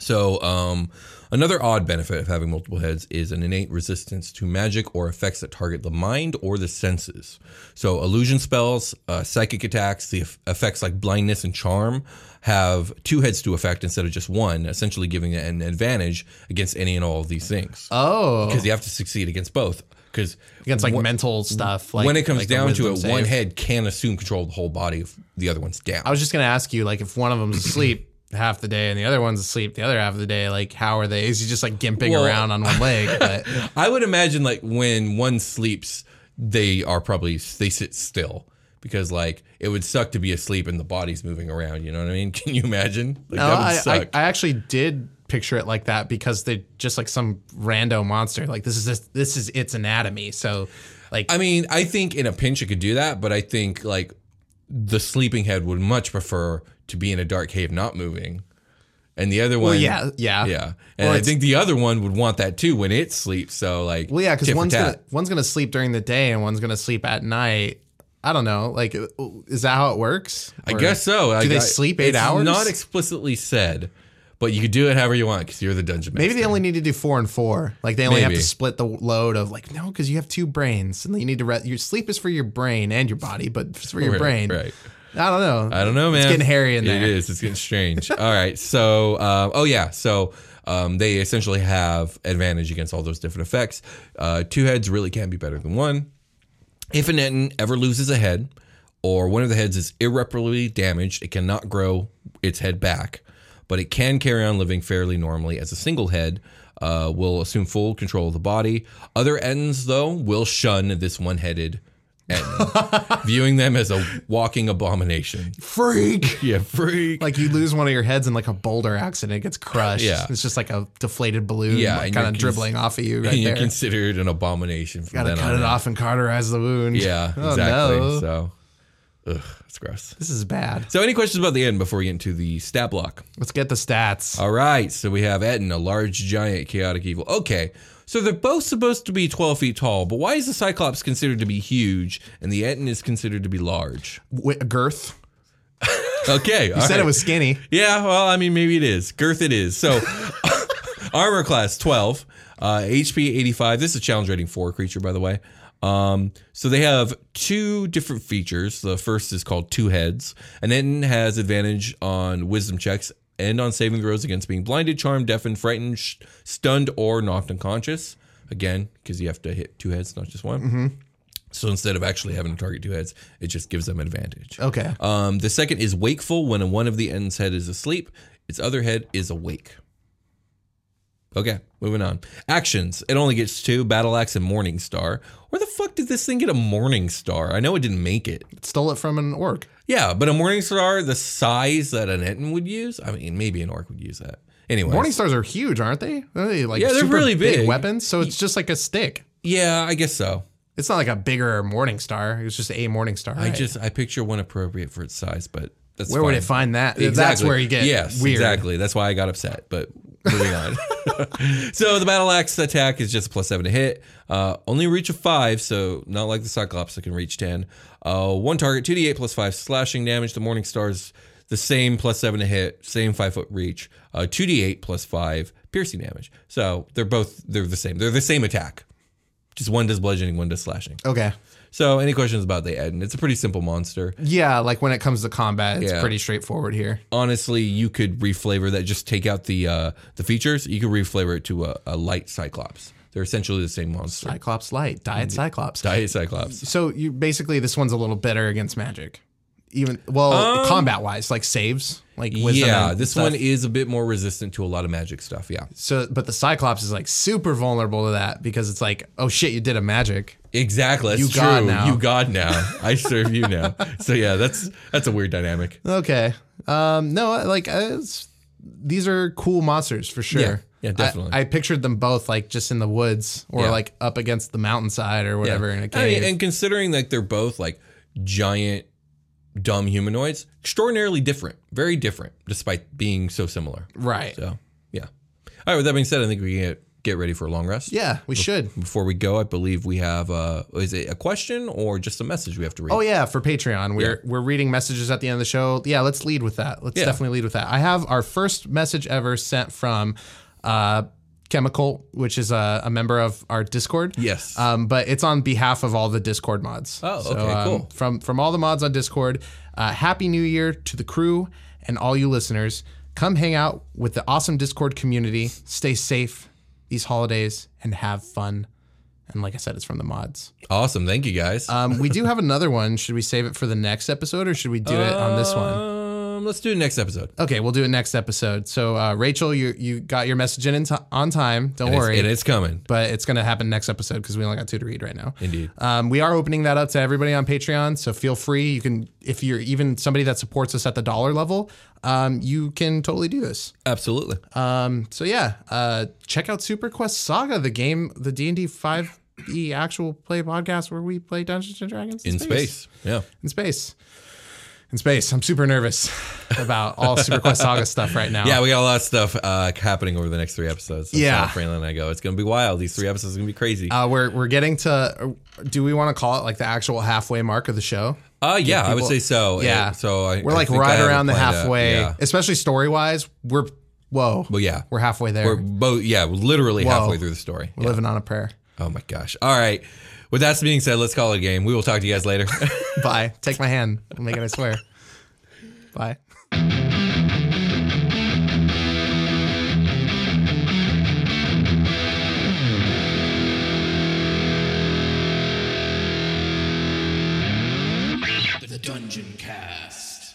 [SPEAKER 2] So, um, another odd benefit of having multiple heads is an innate resistance to magic or effects that target the mind or the senses. So, illusion spells, uh, psychic attacks, the eff- effects like blindness and charm have two heads to effect instead of just one, essentially giving an advantage against any and all of these things.
[SPEAKER 4] Oh,
[SPEAKER 2] Because you have to succeed against both. Because
[SPEAKER 4] against like mental stuff. Like
[SPEAKER 2] when it comes
[SPEAKER 4] like a
[SPEAKER 2] down to it,
[SPEAKER 4] wisdom
[SPEAKER 2] one
[SPEAKER 4] save.
[SPEAKER 2] head can assume control of the whole body if the other one's down.
[SPEAKER 4] I was just gonna ask you, like, if one of them's asleep half the day and the other one's asleep the other half of the day, like, how are they? Is he just like gimping
[SPEAKER 2] Well-
[SPEAKER 4] around on one leg? But
[SPEAKER 2] I would imagine like when one sleeps, they are probably they sit still because like it would suck to be asleep and the body's moving around. You know what I mean? Can you imagine? Like
[SPEAKER 4] no,
[SPEAKER 2] that would
[SPEAKER 4] Oh, I, I,
[SPEAKER 2] suck.
[SPEAKER 4] I actually did picture it like that because they just like some rando monster. Like this is this, this is its anatomy. So, like,
[SPEAKER 2] I mean, I think in a pinch it could do that, but I think like the sleeping head would much prefer to be in a dark cave not moving. And the other one,
[SPEAKER 4] well, yeah, yeah,
[SPEAKER 2] yeah, and
[SPEAKER 4] Or
[SPEAKER 2] I
[SPEAKER 4] it's-
[SPEAKER 2] think the other one would want that too when it sleeps. So like,
[SPEAKER 4] Well, yeah, because
[SPEAKER 2] tit for
[SPEAKER 4] one's gonna
[SPEAKER 2] tat.
[SPEAKER 4] one's gonna sleep during the day and one's gonna sleep at night. I don't know. Like, is that how it works?
[SPEAKER 2] I guess so.
[SPEAKER 4] Do they sleep eight
[SPEAKER 2] it's
[SPEAKER 4] hours?
[SPEAKER 2] Not explicitly said, But you could do it however you want because you're the dungeon master.
[SPEAKER 4] Maybe they only need to do four and four. Like they only have
[SPEAKER 2] Maybe.
[SPEAKER 4] to split the load of like no, because you have two brains and you need to rest. Your sleep is for your brain and your body, but it's for your
[SPEAKER 2] Right,
[SPEAKER 4] brain.
[SPEAKER 2] right.
[SPEAKER 4] I don't know.
[SPEAKER 2] I don't know, man.
[SPEAKER 4] It's getting hairy in there.
[SPEAKER 2] It is. It's getting strange. all right. So, um, oh yeah. So um, they essentially have advantage against all those different effects. Uh, two heads really can be better than one. If an Etin ever loses a head, or one of the heads is irreparably damaged, it cannot grow its head back, but it can carry on living fairly normally as a single head. Uh, will assume full control of the body. Other ends, though, will shun this one-headed, Etin, viewing them as a walking abomination.
[SPEAKER 4] Freak.
[SPEAKER 2] Yeah, freak.
[SPEAKER 4] Like you lose one of your heads in like a boulder accident, it gets crushed.
[SPEAKER 2] Yeah.
[SPEAKER 4] It's just like a deflated balloon
[SPEAKER 2] Yeah,
[SPEAKER 4] like,
[SPEAKER 2] and
[SPEAKER 4] kind
[SPEAKER 2] you're
[SPEAKER 4] of
[SPEAKER 2] cons-
[SPEAKER 4] dribbling off of you right
[SPEAKER 2] you're
[SPEAKER 4] there.
[SPEAKER 2] considered an abomination from
[SPEAKER 4] Gotta
[SPEAKER 2] then
[SPEAKER 4] cut
[SPEAKER 2] on
[SPEAKER 4] it
[SPEAKER 2] out.
[SPEAKER 4] off and cauterize the wound.
[SPEAKER 2] Yeah,
[SPEAKER 4] Oh,
[SPEAKER 2] exactly.
[SPEAKER 4] no.
[SPEAKER 2] So, ugh, it's gross.
[SPEAKER 4] This is bad.
[SPEAKER 2] So, any questions about the end before we get into the stat block?
[SPEAKER 4] Let's get the stats.
[SPEAKER 2] All right. So we have Etin, a large, giant, chaotic evil. Okay. So they're both supposed to be 12 feet tall, but why is the Cyclops considered to be huge and the Etin is considered to be large?
[SPEAKER 4] Wi- girth.
[SPEAKER 2] Okay.
[SPEAKER 4] You said it was skinny.
[SPEAKER 2] Yeah, well, I mean, maybe it is. Girth it is. So, armor class 12, uh, HP 85. This is challenge rating 4 creature, by the way. Um, so they have two different features. The first is called Two Heads, and it has advantage on wisdom checks and on saving throws against being blinded, charmed, deafened, frightened, sh- stunned, or knocked unconscious. Again, because you have to hit two heads, not just one. So instead of actually having to target two heads, it just gives them advantage.
[SPEAKER 4] Okay.
[SPEAKER 2] Um, the second is wakeful when one of the end's head is asleep, its other head is awake. Okay, moving on. Actions. It only gets two battle axe and morning star. Where the fuck did this thing get a morning star? I know it didn't make it.
[SPEAKER 4] Stole it from an orc.
[SPEAKER 2] Yeah, but a morning star, the size that an Etten would use. I mean, maybe an orc would use that. Anyway,
[SPEAKER 4] Morning stars are huge, aren't they? Aren't they like
[SPEAKER 2] Yeah, they're
[SPEAKER 4] super
[SPEAKER 2] really big.
[SPEAKER 4] weapons. So it's just like a stick.
[SPEAKER 2] Yeah, I guess so.
[SPEAKER 4] It's not like a bigger morning star. It's just a morning star.
[SPEAKER 2] I
[SPEAKER 4] right?
[SPEAKER 2] just I picture one appropriate for its size, but that's
[SPEAKER 4] where would
[SPEAKER 2] fine.
[SPEAKER 4] it find that? That's
[SPEAKER 2] Exactly.
[SPEAKER 4] where you get
[SPEAKER 2] yes,
[SPEAKER 4] weird.
[SPEAKER 2] exactly. That's why I got upset. But moving on. so the battle axe attack is just a plus seven to hit. Uh, only reach of five, so not like the Cyclops that can reach ten. Uh, one target, two d eight plus five slashing damage. The Morning Stars the same plus seven to hit, same five foot reach. Uh, two d eight plus five piercing damage. So they're both they're the same. They're the same attack. Just one does bludgeoning, one does slashing.
[SPEAKER 4] Okay.
[SPEAKER 2] So any questions about the Eden? It's a pretty simple monster.
[SPEAKER 4] Yeah, like when it comes to combat, it's
[SPEAKER 2] Yeah.
[SPEAKER 4] pretty straightforward here.
[SPEAKER 2] honestly, you could reflavor that. Just take out the uh, the features. You could reflavor it to a, a light Cyclops. They're essentially the same monster.
[SPEAKER 4] Cyclops light,
[SPEAKER 2] Mm.
[SPEAKER 4] diet Cyclops.
[SPEAKER 2] Diet Cyclops.
[SPEAKER 4] So you basically this one's a little better against magic, even well
[SPEAKER 2] Um,
[SPEAKER 4] combat wise, like saves, like wisdom
[SPEAKER 2] Yeah,
[SPEAKER 4] and
[SPEAKER 2] this
[SPEAKER 4] stuff.
[SPEAKER 2] one is a bit more resistant to a lot of magic stuff. Yeah,
[SPEAKER 4] So, but the Cyclops is like super vulnerable to that because it's like, oh shit, you did a magic.
[SPEAKER 2] exactly. That's
[SPEAKER 4] You
[SPEAKER 2] true.
[SPEAKER 4] God now.
[SPEAKER 2] You God now. I serve you now. So yeah, that's that's a weird dynamic.
[SPEAKER 4] Okay. Um, no, like uh, it's, these are cool monsters for sure.
[SPEAKER 2] Yeah. Yeah, definitely.
[SPEAKER 4] I, I pictured them both like just in the woods or
[SPEAKER 2] Yeah.
[SPEAKER 4] like up against the mountainside or whatever in a
[SPEAKER 2] I mean,
[SPEAKER 4] cave.
[SPEAKER 2] and considering like they're both like giant, dumb humanoids, extraordinarily different, very different, despite being so similar.
[SPEAKER 4] right.
[SPEAKER 2] So yeah. All right. With that being said, I think we can get, get ready for a long rest.
[SPEAKER 4] Yeah, we should.
[SPEAKER 2] before we go, I believe we have uh is it a question or just a message we have to read?
[SPEAKER 4] Oh yeah, for Patreon, we're we're reading messages at the end of the show. Yeah, let's lead with that. Let's
[SPEAKER 2] Yeah.
[SPEAKER 4] definitely lead with that. I have our first message ever sent from uh, Chemical, which is a, a member of our Discord.
[SPEAKER 2] Yes.
[SPEAKER 4] Um, but it's on behalf of all the Discord mods. um,
[SPEAKER 2] Oh, okay, cool.
[SPEAKER 4] From from all the mods on Discord, uh, happy New Year to the crew and all you listeners. Come hang out with the awesome Discord community. Stay safe these holidays and have fun. And like I said, it's from the mods.
[SPEAKER 2] awesome. Thank you guys.
[SPEAKER 4] Um, we do have another one. Should we save it for the next episode or should we do it on this one?
[SPEAKER 2] Um, let's do it next episode.
[SPEAKER 4] Okay, we'll do it next episode. So, uh, Rachel, you you got your message in, in t- on time. Don't
[SPEAKER 2] And it's-
[SPEAKER 4] worry.
[SPEAKER 2] and it's coming.
[SPEAKER 4] But it's going to happen next episode because we only got two to read right now.
[SPEAKER 2] Indeed.
[SPEAKER 4] Um, we are opening that up to everybody on Patreon. So feel free. You can, if you're even somebody that supports us at the dollar level, um, you can totally do this.
[SPEAKER 2] Absolutely.
[SPEAKER 4] So yeah, uh, check out Super Quest Saga, the game, the D and D five E actual play podcast where we play Dungeons and Dragons
[SPEAKER 2] In space. Yeah.
[SPEAKER 4] in space. In space. I'm super nervous about all Super Quest Saga stuff right now.
[SPEAKER 2] Yeah, we got a lot of stuff uh, happening over the next three episodes. That's
[SPEAKER 4] Yeah.
[SPEAKER 2] how Franklin and I go. It's gonna be wild. These three episodes are gonna be crazy. Uh,
[SPEAKER 4] Uh, we're we're getting to. Do we want to call it like the actual halfway mark of the show?
[SPEAKER 2] Uh, yeah, I would
[SPEAKER 4] people-
[SPEAKER 2] say so.
[SPEAKER 4] Yeah.
[SPEAKER 2] Uh, so I,
[SPEAKER 4] we're
[SPEAKER 2] I
[SPEAKER 4] like
[SPEAKER 2] think I
[SPEAKER 4] right
[SPEAKER 2] have it
[SPEAKER 4] around the
[SPEAKER 2] planned out.
[SPEAKER 4] halfway,
[SPEAKER 2] Yeah.
[SPEAKER 4] especially story wise. We're Whoa.
[SPEAKER 2] Well, yeah.
[SPEAKER 4] We're halfway there.
[SPEAKER 2] We're
[SPEAKER 4] We're,
[SPEAKER 2] both, yeah, we're literally
[SPEAKER 4] Whoa.
[SPEAKER 2] halfway through the story. Yeah.
[SPEAKER 4] living on a prayer.
[SPEAKER 2] Oh my gosh. All right. With that being said, let's call it a game. We will talk to you guys later.
[SPEAKER 4] Bye. Take my hand. I'm making I swear. Bye.
[SPEAKER 3] The Dungeon Cast.